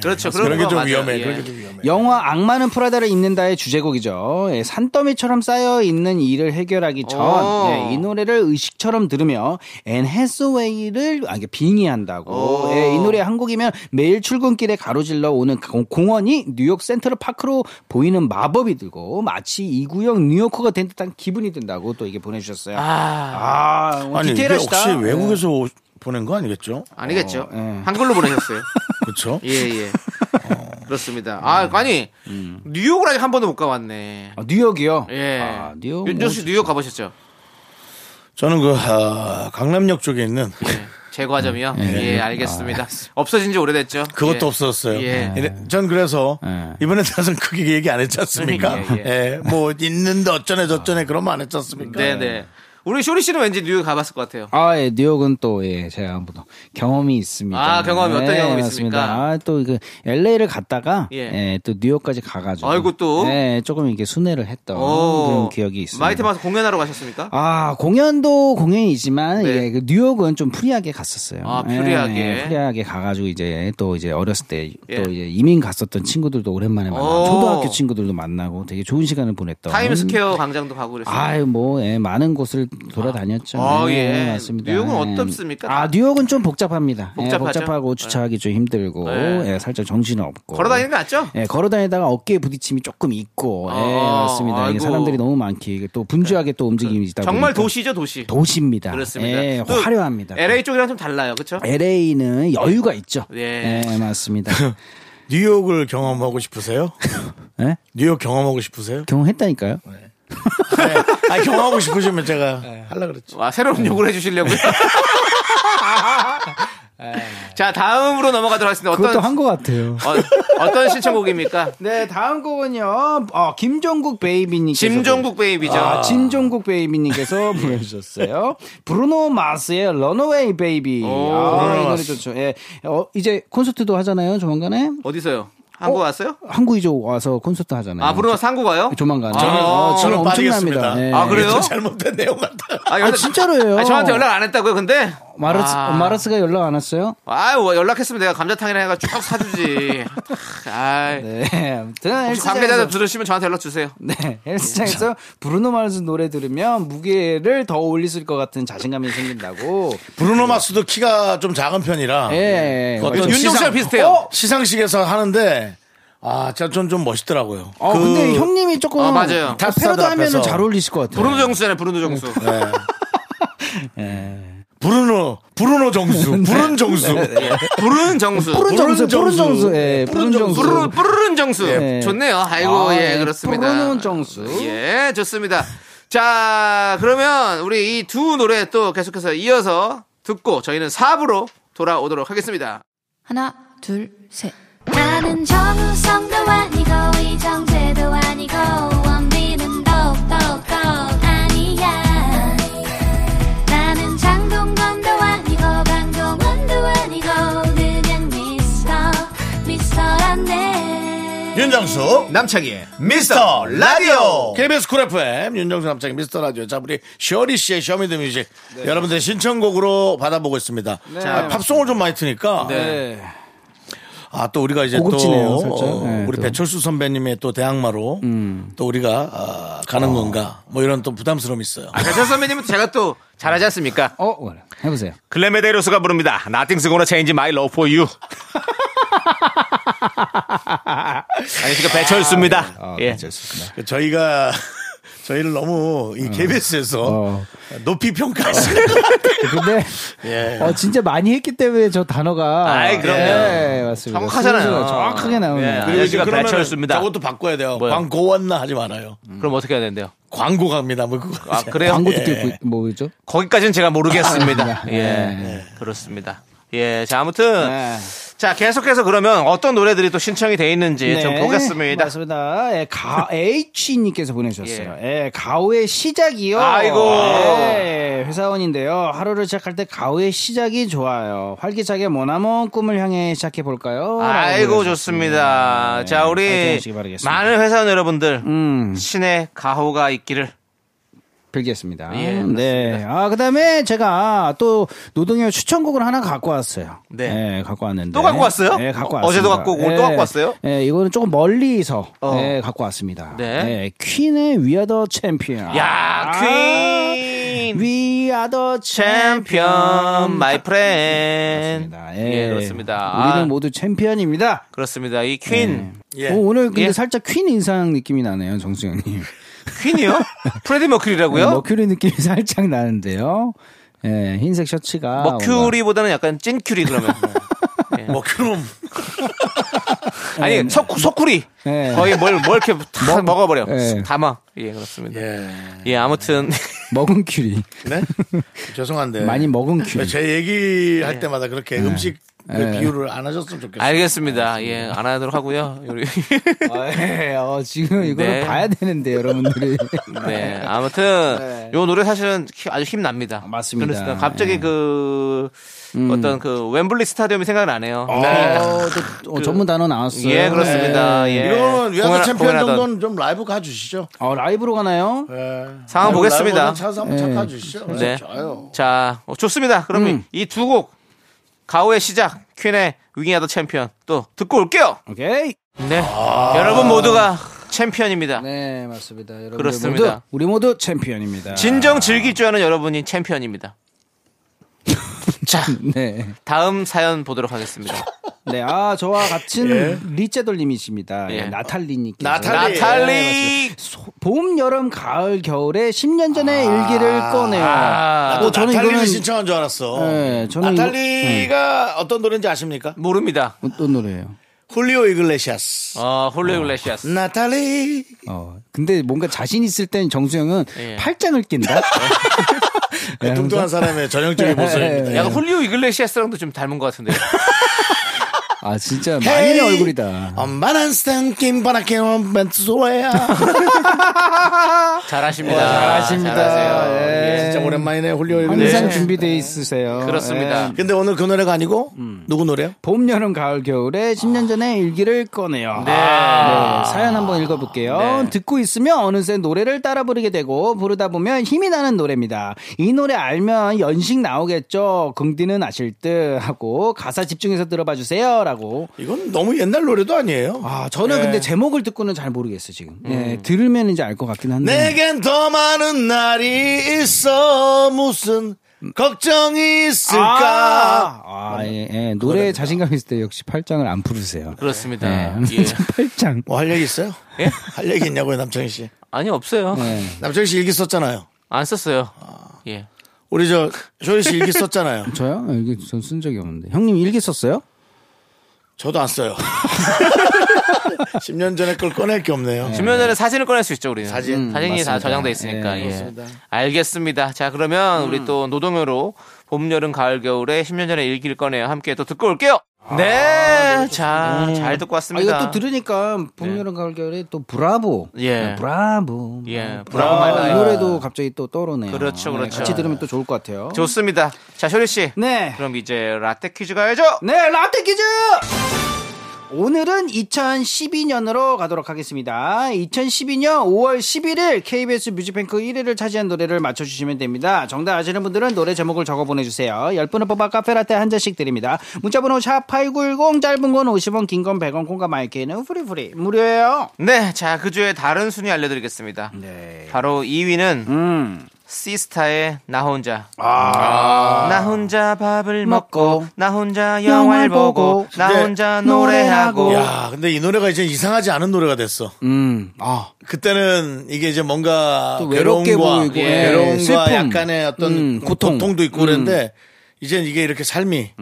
Speaker 1: 예.
Speaker 2: 그렇죠.
Speaker 1: 그런
Speaker 2: 그런
Speaker 1: 게
Speaker 2: 거
Speaker 1: 좀
Speaker 2: 맞아요.
Speaker 1: 위험해.
Speaker 2: 예.
Speaker 1: 그런 게 좀 위험해.
Speaker 8: 영화 악마는 프라다를 입는다의 주제곡이죠. 예, 산더미처럼 쌓여 있는 일을 해결하기
Speaker 2: 오.
Speaker 8: 전 예, 이 노래를 의식처럼 들으며 앤 해스웨이를 아, 이게 빙의한다고.
Speaker 2: 오.
Speaker 8: 예, 이 노래 한 곡이면 매일 출근길에 가로질러 오는 공- 공원이 뉴욕 센트럴 파크로 보이는 마법이 들고 마치 이 구역 뉴요커가 된 듯한 기분이 든다고 또 이게 보내주셨어요. 아, 오늘
Speaker 1: 아니 이게
Speaker 8: 디테일하시다.
Speaker 1: 혹시
Speaker 8: 예.
Speaker 1: 외국에서 오- 보낸 거 아니겠죠?
Speaker 2: 아니겠죠.
Speaker 8: 예.
Speaker 2: 한글로 보내셨어요.
Speaker 1: 그렇죠.
Speaker 2: 예, 예. 그렇습니다. 아, 아니, 뉴욕을 아직 한 번도 못 가봤네.
Speaker 8: 아, 뉴욕이요?
Speaker 2: 예.
Speaker 8: 아, 뉴욕. 뭐
Speaker 2: 윤정씨 뉴욕 가보셨죠?
Speaker 1: 저는 그 아, 강남역 쪽에 있는
Speaker 2: 예. 제과점이요?
Speaker 8: 네.
Speaker 2: 예, 알겠습니다.
Speaker 8: 아.
Speaker 2: 없어진 지 오래됐죠?
Speaker 1: 그것도
Speaker 2: 예.
Speaker 1: 없었어요.
Speaker 2: 예.
Speaker 8: 네.
Speaker 1: 전 그래서
Speaker 8: 예. 그러니까,
Speaker 1: 이번에 대선 크게 얘기 안 했지 않습니까?
Speaker 2: 예, 예.
Speaker 1: 예, 뭐 있는데 어쩌네 저쩌네 그런 말 안 했지 않습니까?
Speaker 2: 네네. 우리 쇼리 씨는 왠지 뉴욕 가봤을 것 같아요.
Speaker 8: 아, 예, 뉴욕은 또, 예, 제가 한번 더 경험이 있습니다.
Speaker 2: 아, 경험이 어떤
Speaker 8: 예,
Speaker 2: 경험이
Speaker 8: 맞습니다.
Speaker 2: 있습니까?
Speaker 8: 아, 또, 그, LA를 갔다가,
Speaker 2: 예.
Speaker 8: 예, 또 뉴욕까지 가가지고.
Speaker 2: 아이고, 또?
Speaker 8: 예, 조금 이렇게 순회를 했던
Speaker 2: 오.
Speaker 8: 그런 기억이 있습니다.
Speaker 2: 마이트 마스 공연하러 가셨습니까?
Speaker 8: 아, 공연도 공연이지만,
Speaker 2: 네.
Speaker 8: 예, 그 뉴욕은 좀 프리하게 갔었어요.
Speaker 2: 아, 프리하게.
Speaker 8: 예, 예, 프리하게 가가지고, 이제, 또 이제 어렸을 때,
Speaker 2: 예.
Speaker 8: 또 이제 이민 갔었던 친구들도 오랜만에
Speaker 2: 오.
Speaker 8: 만나고, 초등학교 친구들도 만나고, 되게 좋은 시간을 보냈던.
Speaker 2: 타임스퀘어 광장도 가고 그랬어요.
Speaker 8: 아유 뭐 예, 많은 곳을 돌아다녔죠.
Speaker 2: 아,
Speaker 8: 네,
Speaker 2: 예.
Speaker 8: 맞습니다.
Speaker 2: 뉴욕은
Speaker 8: 예.
Speaker 2: 어떻습니까?
Speaker 8: 아 뉴욕은 좀 복잡합니다. 예,
Speaker 2: 복잡하죠?
Speaker 8: 복잡하고 주차하기 좀 힘들고
Speaker 2: 예.
Speaker 8: 예, 살짝 정신 없고
Speaker 2: 걸어다니는 거 맞죠?
Speaker 8: 예, 걸어다니다가 어깨에 부딪힘이 조금 있고 예,
Speaker 2: 아,
Speaker 8: 맞습니다. 이게
Speaker 2: 아이고.
Speaker 8: 사람들이 너무 많기 이게 또 분주하게 또 움직임이 있다
Speaker 2: 정말
Speaker 8: 보니까.
Speaker 2: 도시죠, 도시.
Speaker 8: 도시입니다.
Speaker 2: 그렇습니다.
Speaker 8: 예,
Speaker 2: 또
Speaker 8: 화려합니다. 예.
Speaker 2: LA 쪽이랑 좀 달라요, 그렇죠?
Speaker 8: LA는 여유가 있죠.
Speaker 2: 예.
Speaker 8: 예, 맞습니다.
Speaker 1: 뉴욕을 경험하고 싶으세요?
Speaker 8: 예?
Speaker 1: 뉴욕 경험하고 싶으세요?
Speaker 8: 경험했다니까요.
Speaker 1: 네. 아 경험하고 싶으시면 제가 하려 그랬지.
Speaker 2: 와, 새로운 요구를 해주시려고요. 예. 자, 다음으로 넘어가도록 하겠습니다.
Speaker 8: 그것도
Speaker 2: 어떤,
Speaker 8: 한 것 같아요.
Speaker 2: 어, 떤 신청곡입니까?
Speaker 8: 네, 다음 곡은요. 어, 김종국 베이비님께서
Speaker 2: 짐종국 예. 베이비죠.
Speaker 8: 아, 진종국 베이비님께서 보내주셨어요. 브루노 마스의 런어웨이 베이비. 아, 이 노래 좋죠. 예. 어, 이제 콘서트도 하잖아요, 조만간에.
Speaker 2: 어디서요? 한국 왔어요?
Speaker 8: 한국 이제 와서 콘서트 하잖아요.
Speaker 2: 아, 브루노 한국 와요? 아.
Speaker 8: 조만간에.
Speaker 2: 저는-
Speaker 8: 어, 지금
Speaker 1: 저는
Speaker 8: 엄청납니다.
Speaker 1: 빠지겠습니다.
Speaker 8: 예.
Speaker 2: 아, 그래요?
Speaker 1: 이게 좀 잘못된 내용 같다.
Speaker 2: 연락-
Speaker 8: 아, 진짜로예요.
Speaker 2: 아니, 저한테 연락 안 했다고요, 근데?
Speaker 8: 마르스
Speaker 2: 아.
Speaker 8: 마르스가 연락 안 왔어요?
Speaker 2: 아, 뭐 연락했으면 내가 감자탕이나 해가 쭉 사주지. 아,
Speaker 8: 네. 아무튼
Speaker 2: 혹시
Speaker 8: 헬스장에서-
Speaker 2: 관계자들 들으시면 저한테 연락 주세요.
Speaker 8: 네, 헬스장에서 브루노 마르스 노래 들으면 무게를 더 올리실 것 같은 자신감이 생긴다고.
Speaker 1: 브루노 마스도 키가 좀 작은 편이라
Speaker 2: 아, 네.
Speaker 8: 예, 예.
Speaker 1: 그 어떤
Speaker 2: 윤종철
Speaker 1: 시상-
Speaker 2: 비슷해요.
Speaker 1: 어? 시상식에서 하는데 아, 진짜 좀, 좀 멋있더라고요.
Speaker 8: 어,
Speaker 1: 그-
Speaker 8: 근데 형님이 조금
Speaker 2: 어, 맞아요.
Speaker 8: 다 패러디
Speaker 1: 탑스타들
Speaker 8: 하면은
Speaker 1: 앞에서.
Speaker 8: 잘 어울리실 것 같아요.
Speaker 2: 브루노 정수잖아요, 브루노 정수.
Speaker 1: 네. 브루노, 브루노
Speaker 8: 네.
Speaker 1: 정수, 브른 정수.
Speaker 2: 부른 정수.
Speaker 8: 푸른 정수, 푸른 정수, 예, 푸른 정수.
Speaker 2: 부르, 부르는 정수.
Speaker 8: 예.
Speaker 2: 좋네요. 아이고,
Speaker 8: 아,
Speaker 2: 예,
Speaker 8: 예,
Speaker 2: 그렇습니다.
Speaker 8: 부르는 정수.
Speaker 2: 예, 좋습니다. 자, 그러면 우리 이 두 노래 또 계속해서 이어서 듣고 저희는 4부로 돌아오도록 하겠습니다.
Speaker 7: 하나, 둘, 셋.
Speaker 4: 나는 정우성도 아니고 이정재도 아니고 원빈은 더욱더 아니야 나는 장동건도 아니고 강동원도 아니고 그냥 미스터 미스터란데
Speaker 1: 윤정수,
Speaker 2: 남창희의
Speaker 1: 미스터 라디오. KBS 쿨 FM, 윤정수 남창 미스터 라디오. 자, 우리 셔리 씨의 셔미더뮤직.
Speaker 8: 네.
Speaker 1: 여러분들의 신청곡으로 받아보고 있습니다. 자, 팝송을 좀 많이 트니까.
Speaker 8: 네.
Speaker 1: 아, 또 우리가 이제
Speaker 8: 고급지네요,
Speaker 1: 또
Speaker 8: 살짝.
Speaker 1: 어,
Speaker 8: 네,
Speaker 1: 우리
Speaker 8: 또. 음.
Speaker 1: 배철수 선배님의 또 대항마로 또 우리가 아, 가는 건가 뭐 이런 또 부담스러움이 있어요.
Speaker 2: 아, 가찬 선배님은 제가 또 잘하지 않습니까?
Speaker 8: 어, 그래. 해보세요.
Speaker 3: 글래메데로스가 부릅니다. Nothing's gonna change my love for you. 안녕하십니까 배철수입니다. 예.
Speaker 1: 네. 저희가 저희를 너무 이 KBS에서
Speaker 8: 아. 어.
Speaker 1: 높이 평가하시는 것 같아요.
Speaker 8: 근데
Speaker 1: 예.
Speaker 3: 아,
Speaker 8: 어, 진짜 많이 했기 때문에 저 단어가
Speaker 3: 아이, 그럼요.
Speaker 8: 예, 맞습니다.
Speaker 2: 정확하잖아요.
Speaker 8: 순서가 정확하게 나오네요.
Speaker 3: 예. 아저씨가
Speaker 1: 그러면은
Speaker 3: 배철수입니다. 음.
Speaker 1: 저것도 바꿔야 돼요.
Speaker 3: 뭐요?
Speaker 1: 광고 왔나 하지 말아요.
Speaker 2: 그럼 어떻게 해야 된대요?
Speaker 1: 광고 갑니다. 뭐 그거.
Speaker 2: 아, 그래요?
Speaker 8: 광고
Speaker 2: 예.
Speaker 8: 듣고 있- 뭐죠?
Speaker 3: 거기까지는 제가 모르겠습니다. 예.
Speaker 8: 네.
Speaker 3: 그렇습니다. 예. 자, 아무튼.
Speaker 8: 네.
Speaker 2: 자, 계속해서 그러면 어떤 노래들이 또 신청이 돼 있는지 예, 좀 보겠습니다.
Speaker 8: 네. 맞습니다. 예, 가, H님께서 보내주셨어요. 예, 가오의 시작이요.
Speaker 2: 아이고.
Speaker 8: 예, 회사원인데요. 하루를 시작할 때 가오의 시작이 좋아요. 활기차게 모나먼 꿈을 향해 시작해볼까요?
Speaker 2: 아이고,
Speaker 8: 라고
Speaker 2: 좋습니다.
Speaker 8: 네,
Speaker 2: 자,
Speaker 8: 파이팅
Speaker 2: 우리
Speaker 8: 하시기 바라겠습니다.
Speaker 2: 많은 회사원 여러분들,
Speaker 8: 음.
Speaker 2: 신의 가호가 있기를.
Speaker 8: 빌겠습니다.
Speaker 2: 예,
Speaker 8: 네. 아, 그 다음에 제가 또 노동요 추천곡을 하나 갖고 왔어요.
Speaker 2: 네.
Speaker 8: 예, 갖고 왔는데.
Speaker 2: 또 갖고 왔어요?
Speaker 8: 네, 갖고
Speaker 2: 어,
Speaker 8: 왔어요.
Speaker 2: 어제도 갖고 오고 오늘 또 갖고 왔어요?
Speaker 8: 예, 이거는 조금 멀리서
Speaker 2: 어.
Speaker 8: 예, 갖고 왔습니다.
Speaker 2: 네.
Speaker 8: 예, 퀸의 We Are the Champion.
Speaker 2: 야,
Speaker 8: 아,
Speaker 2: 퀸!
Speaker 8: We Are the
Speaker 2: 챔피언,
Speaker 8: Champion.
Speaker 2: 마이 프렌드.
Speaker 8: 맞습니다.
Speaker 2: 예, 그렇습니다.
Speaker 8: 우리는
Speaker 2: 아.
Speaker 8: 모두 챔피언입니다.
Speaker 2: 그렇습니다. 이 퀸.
Speaker 1: 예.
Speaker 8: 오, 오늘 근데
Speaker 2: 예.
Speaker 8: 살짝 퀸 인상 느낌이 나네요, 정수영님.
Speaker 2: 퀸이요? 프레디 머큐리라고요?
Speaker 8: 네, 머큐리 느낌이 살짝 나는데요. 예, 흰색
Speaker 2: 아,
Speaker 8: 셔츠가
Speaker 2: 머큐리보다는 약간 찐큐리 그러면. 네. 예.
Speaker 1: 뭐 그럼
Speaker 2: 아니, 석, 석쿠리.
Speaker 8: 예.
Speaker 2: 거의 뭘, 뭘 이렇게 다 네. 먹어버려.
Speaker 8: 예.
Speaker 2: 담아. 예, 그렇습니다. 예,
Speaker 1: 예.
Speaker 2: 아무튼.
Speaker 8: 뭔가 먹은 큐리
Speaker 1: 네? 죄송한데
Speaker 8: 많이 네. 먹은
Speaker 2: 아,
Speaker 8: 큐리
Speaker 1: 제
Speaker 3: 예.
Speaker 1: 얘기할 때마다 그렇게 음식 그
Speaker 8: 예.
Speaker 1: 비유를 안 하셨으면 좋겠어요.
Speaker 2: 알겠습니다. 예, 안 하도록 하고요. 우리-
Speaker 8: 어, 예, 어, 지금 이거를
Speaker 2: 네.
Speaker 8: 봐야 되는데 여러분들이
Speaker 2: 네, 아무튼
Speaker 8: 네.
Speaker 2: 요 노래 사실은 히- 아주 힘 납니다.
Speaker 8: 맞습니다.
Speaker 2: 그렇습니다. 갑자기 그 어떤 그 웸블리 스타디움이 생각나네요. 아, 그
Speaker 8: 어, 또, 어, 전문 단어 나왔어요
Speaker 2: 예, 그렇습니다. 예.
Speaker 1: 이거는 위아더
Speaker 2: 공연-
Speaker 1: 챔피언
Speaker 2: 공연하던-
Speaker 1: 정도는 좀 라이브 가주시죠.
Speaker 8: 어, 라이브로 가나요?
Speaker 1: 예.
Speaker 2: 상황
Speaker 1: 라이브,
Speaker 2: 보겠습니다.
Speaker 1: 라이브는 차에서 한번 착가주시죠.
Speaker 2: 네.
Speaker 1: 좋아요.
Speaker 2: 자, 어, 좋습니다. 그럼 이 두 곡 가오의 시작, 퀸의 위기하더 챔피언 또 듣고 올게요.
Speaker 8: 오케이
Speaker 2: 네, 여러분 모두가 챔피언입니다.
Speaker 8: 네 맞습니다 여러분
Speaker 2: 그렇습니다.
Speaker 8: 모두, 우리 모두 챔피언입니다
Speaker 2: 진정 즐길 줄 아는 여러분이 챔피언입니다. 자,
Speaker 8: 네.
Speaker 2: 다음 사연 보도록 하겠습니다.
Speaker 8: 네, 아, 저와 같은 리제돌님이십니다.
Speaker 2: 예.
Speaker 8: 예, 나탈리님께서.
Speaker 1: 나탈리.
Speaker 2: 나탈리
Speaker 8: 소- 봄, 여름, 가을, 겨울에 10년 전의 일기를 꺼내요.
Speaker 2: 아,
Speaker 1: 나도
Speaker 8: 어, 저는
Speaker 1: 나탈리를
Speaker 8: 이거는-
Speaker 1: 신청한 줄 알았어.
Speaker 8: 네, 저는
Speaker 1: 나탈리가 어떤 노래인지 아십니까?
Speaker 2: 모릅니다.
Speaker 8: 어떤 노래예요?
Speaker 1: 훌리오 이글레시아스.
Speaker 2: 어,
Speaker 1: 음,
Speaker 2: 홀로글래시아스.
Speaker 1: 나탈리.
Speaker 8: 어, 근데 뭔가 자신 있을 땐 정수영은
Speaker 2: 예.
Speaker 8: 팔짱을 낀다?
Speaker 1: 그
Speaker 8: 네, 항상.
Speaker 2: 네.
Speaker 1: 뚱뚱한 사람의 전형적인 모습입니다.
Speaker 8: 예.
Speaker 2: 약간 홀리오 이글레시아스랑도 좀 닮은 것 같은데요.
Speaker 8: 아 진짜 많이 얼굴이다.
Speaker 1: 엄마는 스탠킹 바라케 원벤츠소야.
Speaker 2: 잘하십니다.
Speaker 8: 잘하십니다.
Speaker 2: 잘하세요.
Speaker 8: 예.
Speaker 1: 진짜 오랜만이네 홀리홀리.
Speaker 8: 항상
Speaker 2: 네.
Speaker 8: 준비돼 있으세요.
Speaker 2: 그렇습니다.
Speaker 8: 예.
Speaker 1: 근데 오늘 그 노래가 아니고 누구 노래요?
Speaker 8: 봄, 여름, 가을, 겨울에 10년 전에 일기를 꺼내요.
Speaker 2: 네.
Speaker 8: 네, 사연 한번 읽어볼게요.
Speaker 2: 네.
Speaker 8: 듣고 있으면 어느새 노래를 따라 부르게 되고 부르다 보면 힘이 나는 노래입니다. 이 노래 알면 연식 나오겠죠. 긍디는 아실 듯 하고 가사 집중해서 들어봐 주세요라고.
Speaker 1: 이건 너무 옛날 노래도 아니에요.
Speaker 8: 아 저는 근데 제목을 듣고는 잘 모르겠어요 지금. 예, 들으면 이제 알 것 같긴 한데.
Speaker 1: 내겐 더 많은 날이 있어 무슨 걱정이 있을까?
Speaker 8: 아, 아, 예, 예. 노래 자신감 있을 때 역시 팔짱을 안 풀으세요.
Speaker 2: 그렇습니다.
Speaker 8: 네,
Speaker 2: 예.
Speaker 8: 항상 팔짱.
Speaker 1: 뭐 할 얘기 있어요? 할 얘기 있냐고요 남창희 씨.
Speaker 2: 아니 없어요.
Speaker 8: 예.
Speaker 1: 남창희 씨 일기 썼잖아요.
Speaker 2: 안 썼어요. 예.
Speaker 1: 우리 저 쇼리 씨 일기 썼잖아요.
Speaker 8: 저요? 아, 이게 전 쓴 적이 없는데. 형님 일기 썼어요?
Speaker 1: 저도 안 써요. 10년 전에 걸 꺼낼 게 없네요.
Speaker 2: 예. 주면 전에 사진을 꺼낼 수 있죠, 우리는. 음,
Speaker 1: 사진.
Speaker 2: 사진이
Speaker 8: 맞습니다.
Speaker 2: 다 저장돼 있으니까.
Speaker 8: 예,
Speaker 2: 예. 알겠습니다. 자, 그러면 우리 또 노동요로 봄, 여름, 가을, 겨울에 10년 전에 일기를 꺼내요. 함께 또 듣고 올게요. 네. 자, 잘 듣고
Speaker 8: 아,
Speaker 2: 왔습니다.
Speaker 8: 이거 또 들으니까 봄,
Speaker 2: 네.
Speaker 8: 여름, 가을, 겨울에 또 브라보.
Speaker 2: 예.
Speaker 8: 네, 브라보.
Speaker 2: 예, 브라보 마이
Speaker 8: 브라보. 이
Speaker 2: 라이프.
Speaker 8: 노래도 갑자기 또 떠오르네요.
Speaker 2: 그렇죠,
Speaker 8: 네,
Speaker 2: 그렇죠.
Speaker 8: 같이 들으면 또 좋을 것 같아요.
Speaker 2: 좋습니다. 자, 쇼리 씨.
Speaker 8: 네.
Speaker 2: 그럼 이제 라떼 퀴즈 가야죠.
Speaker 8: 네, 라떼 퀴즈! 오늘은 2012년으로 가도록 하겠습니다. 2012년 5월 11일 KBS 뮤직뱅크 1위를 차지한 노래를 맞춰주시면 됩니다. 정답 아시는 분들은 노래 제목을 적어 보내주세요. 10분을 뽑아 카페라떼 한 잔씩 드립니다. 문자번호 샵8910 짧은 건 50원, 긴 건 100원, 콩과 마이크는 프리프리. 무료예요.
Speaker 2: 네. 자, 그 주에 다른 순위 알려드리겠습니다. 바로 2위는
Speaker 8: 음.
Speaker 2: 시스타의 나 혼자. 나 혼자 밥을 아. 먹고,
Speaker 8: 먹고,
Speaker 2: 나 혼자 영화를
Speaker 8: 영화를
Speaker 2: 보고,
Speaker 8: 보고,
Speaker 2: 나
Speaker 1: 근데
Speaker 2: 혼자 노래하고.
Speaker 1: 야, 근데 이 노래가 이제 이상하지 않은 노래가 됐어.
Speaker 8: 어. 음. 아.
Speaker 1: 그때는 이게 이제 뭔가
Speaker 8: 또 외롭게
Speaker 1: 외로움과
Speaker 8: 보이고,
Speaker 2: 예.
Speaker 1: 외로움과
Speaker 8: 슬픔.
Speaker 1: 약간의 어떤
Speaker 8: 음, 고통. 음.
Speaker 1: 고통도 있고 그랬는데 이젠 이게 이렇게 삶이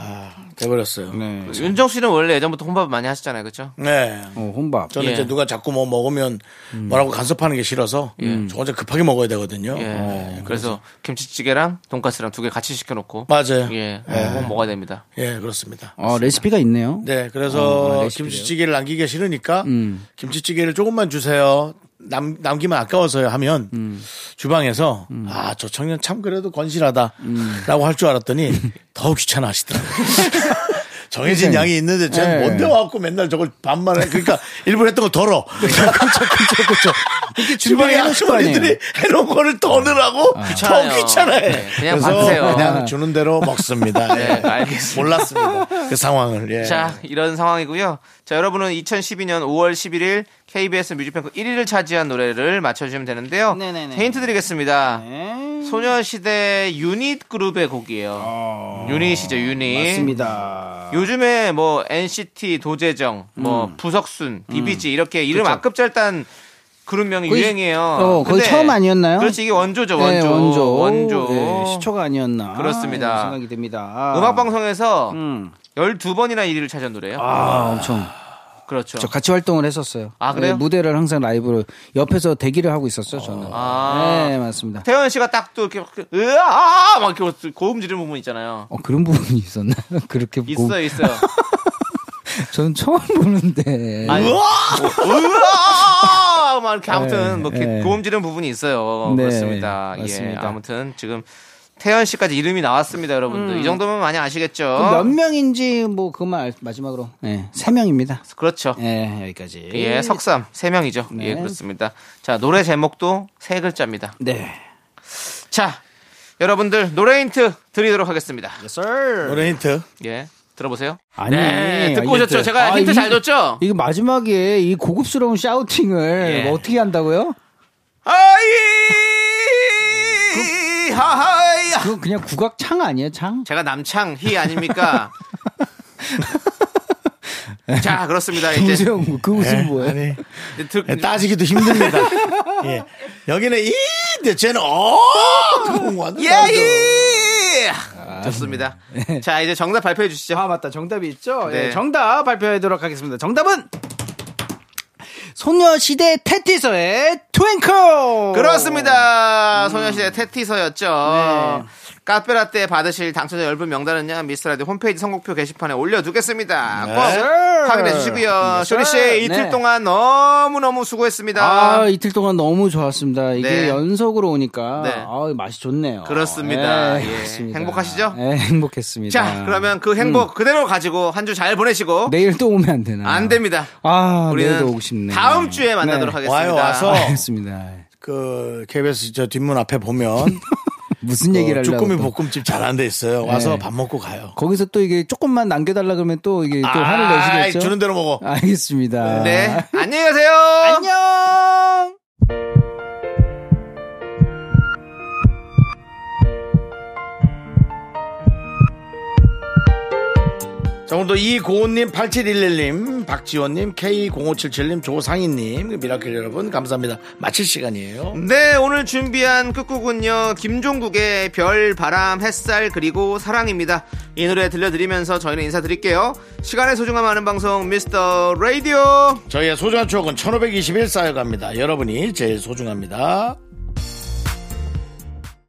Speaker 1: 아, 돼버렸어요. 네.
Speaker 8: 네.
Speaker 2: 그 윤정 씨는 원래 예전부터 혼밥 많이 하셨잖아요, 그렇죠?
Speaker 8: 어, 음. 혼밥.
Speaker 1: 저는
Speaker 2: 예.
Speaker 1: 이제 누가 자꾸 뭐 먹으면 뭐라고 간섭하는 게 싫어서
Speaker 8: 예.
Speaker 1: 저 혼자 급하게 먹어야 되거든요.
Speaker 2: 예.
Speaker 1: 어,
Speaker 2: 그래서 김치찌개랑 돈가스랑 두 개 같이 시켜놓고
Speaker 1: 맞아요. 예.
Speaker 2: 예, 꼭 먹어야 됩니다.
Speaker 1: 그렇습니다.
Speaker 8: 어, 레시피가 있네요.
Speaker 1: 네, 그래서
Speaker 8: 아, 레시피래요?
Speaker 1: 김치찌개를 남기기가 싫으니까 김치찌개를 조금만 주세요. 남, 남기면 아까워서요 하면 주방에서 아, 저 청년 참 그래도 건실하다 라고 할 줄 알았더니 더욱 귀찮아 하시더라고요. 정해진 양이 있는데 쟤는
Speaker 8: 네.
Speaker 1: 뭔데 와갖고 맨날 저걸 반만 해. 그러니까 일부러 했던 거 덜어. 끈적끈적끈적. 이렇게 주방에
Speaker 8: 준비해놓으실 거 아니에요?
Speaker 1: 아주머니들이 해놓은 거를 더 넣으라고
Speaker 2: 귀찮아요.
Speaker 1: 더 귀찮아해.
Speaker 2: 네, 그냥
Speaker 1: 그래서
Speaker 2: 받으세요.
Speaker 1: 그냥 주는 대로 먹습니다. 예.
Speaker 2: 네, 알겠습니다.
Speaker 1: 몰랐습니다. 그 상황을. 예.
Speaker 2: 자, 이런 상황이고요. 자, 여러분은 2012년 5월 11일 KBS 뮤직뱅크 1위를 차지한 노래를 맞춰주시면 되는데요.
Speaker 8: 네네네.
Speaker 2: 자, 힌트 드리겠습니다.
Speaker 8: 네.
Speaker 2: 소녀시대 유닛 그룹의 곡이에요. 유닛이죠, 유닛.
Speaker 8: 아. 맞습니다.
Speaker 2: 요즘에 뭐 NCT, 도재정, 뭐
Speaker 8: 음.
Speaker 2: 부석순, BBG 이렇게 이름
Speaker 8: 그렇죠.
Speaker 2: 악급절단 그룹명이
Speaker 8: 거의-
Speaker 2: 유행이에요.
Speaker 8: 어, 거의
Speaker 2: 근데
Speaker 8: 처음 아니었나요?
Speaker 2: 그렇지, 이게 원조죠,
Speaker 8: 네,
Speaker 2: 원조.
Speaker 8: 원조.
Speaker 2: 원조.
Speaker 8: 네, 시초가 아니었나.
Speaker 2: 그렇습니다.
Speaker 8: 이런 생각이 듭니다. 아.
Speaker 2: 음악방송에서
Speaker 8: 음.
Speaker 2: 12번이나 1위를 차지한 노래예요.
Speaker 8: 아, 엄청.
Speaker 2: 그렇죠.
Speaker 8: 저 같이 활동을 했었어요. 네,
Speaker 2: 아, 그래요?
Speaker 8: 무대를 항상 라이브로 옆에서 대기를 하고 있었어요, 저는.
Speaker 2: 아.
Speaker 8: 네, 맞습니다.
Speaker 2: 태연 씨가 딱 또 이렇게 막 으아 막 이렇게 고음 지르는 부분 있잖아요.
Speaker 8: 어, 그런 부분이 있었나? 그렇게 보고.
Speaker 2: 있어요, 있어요.
Speaker 8: 저는 처음 보는데.
Speaker 2: 아니, 으아! 막 이렇게 아무튼
Speaker 8: 네,
Speaker 2: 뭐 이렇게
Speaker 8: 네.
Speaker 2: 고음 지르는 부분이 있어요.
Speaker 8: 네,
Speaker 2: 그렇습니다. 예.
Speaker 8: 맞습니다.
Speaker 2: 아무튼 지금 태연 씨까지 이름이 나왔습니다, 여러분들. 이 정도면 많이
Speaker 8: 음. 그럼 몇
Speaker 2: 아시겠죠?
Speaker 8: 명인지 뭐 그만 알- 마지막으로. 네, 세 명입니다.
Speaker 2: 그렇죠.
Speaker 8: 예, 여기까지.
Speaker 2: 예, 석삼 세 명이죠.
Speaker 8: 네.
Speaker 2: 예, 그렇습니다. 자, 노래 제목도 세 글자입니다.
Speaker 8: 네.
Speaker 2: 자, 여러분들 노래 힌트 드리도록 하겠습니다.
Speaker 1: 노래 힌트.
Speaker 2: 예, 들어보세요.
Speaker 8: 아니,
Speaker 2: 네, 듣고
Speaker 8: 아,
Speaker 2: 오셨죠?
Speaker 8: 힌트.
Speaker 2: 제가 힌트 잘
Speaker 8: 이-
Speaker 2: 줬죠?
Speaker 8: 이게 마지막에 이 고급스러운 샤우팅을
Speaker 2: 예.
Speaker 8: 뭐 어떻게 한다고요?
Speaker 2: 아이 하하이
Speaker 8: 그건 그냥 국악 창 아니에요, 창?
Speaker 2: 제가 남창희 아닙니까? 자 그렇습니다 이제
Speaker 8: 김수영 그
Speaker 1: 예,
Speaker 8: 웃음 뭐예요?
Speaker 1: 아니,
Speaker 2: 들-
Speaker 1: 예, 따지기도 힘듭니다. 예. 여기는 이, 근데 쟤는 어!
Speaker 8: 예,
Speaker 2: 예이 예, 좋습니다
Speaker 8: 네.
Speaker 2: 자 이제 정답 발표해 주시죠
Speaker 8: 아 맞다 정답이 있죠
Speaker 2: 네.
Speaker 8: 예, 정답 발표하도록 하겠습니다 정답은 소녀시대 테티서의 트윙클 음. 네.
Speaker 2: 그렇습니다 소녀시대 테티서였죠 카페라떼 받으실 당첨자 열분 명단은요 미스터라디오 홈페이지 선곡표 게시판에 올려두겠습니다 꼭
Speaker 8: sir.
Speaker 2: 확인해 주시고요
Speaker 8: Yes,
Speaker 2: 쇼리씨
Speaker 8: sir.
Speaker 2: 이틀
Speaker 8: 네.
Speaker 2: 동안 너무너무 수고했습니다
Speaker 8: 아, 이틀 동안 너무 좋았습니다. 이게
Speaker 2: 네.
Speaker 8: 연속으로 오니까
Speaker 2: 네.
Speaker 8: 아, 맛이 좋네요.
Speaker 2: 그렇습니다.
Speaker 8: 예,
Speaker 2: 예.
Speaker 8: 그렇습니다.
Speaker 2: 행복하시죠?
Speaker 8: 예, 행복했습니다.
Speaker 2: 자 그러면 그
Speaker 8: 음.
Speaker 2: 행복 그대로 가지고 한 주 잘 보내시고
Speaker 8: 내일 또 오면 안 되나?
Speaker 2: 안 됩니다
Speaker 8: 네. 아,
Speaker 2: 우리는
Speaker 8: 내일도 오고 싶네.
Speaker 2: 다음 주에 만나도록
Speaker 8: 네.
Speaker 2: 하겠습니다
Speaker 1: 와요, 와서.
Speaker 8: 알겠습니다.
Speaker 1: 그 KBS 저 뒷문 앞에 보면
Speaker 8: 무슨 얘기를
Speaker 1: 어,
Speaker 8: 하려고
Speaker 1: 쭈꾸미
Speaker 8: 또.
Speaker 1: 볶음집 잘하는 데 있어요. 와서
Speaker 8: 네.
Speaker 1: 밥 먹고 가요.
Speaker 8: 거기서 또 이게 조금만 남겨달라 그러면 또 이게 또 화를
Speaker 1: 아이,
Speaker 8: 내시겠죠?
Speaker 1: 주는 대로 먹어.
Speaker 8: 알겠습니다.
Speaker 2: 네 안녕히 가세요 안녕
Speaker 1: 자, 오늘도 이고은님, 8711님, 박지원님, K0577님, 조상희님, 그 미라클 여러분, 감사합니다. 마칠 시간이에요.
Speaker 2: 네, 오늘 준비한 끝곡은요, 김종국의 별, 바람, 햇살, 그리고 사랑입니다. 이 노래 들려드리면서 저희는 인사드릴게요. 시간의 소중함 아는 방송, 미스터 라디오!
Speaker 1: 저희의 소중한 추억은 1521 쌓여갑니다. 여러분이 제일 소중합니다.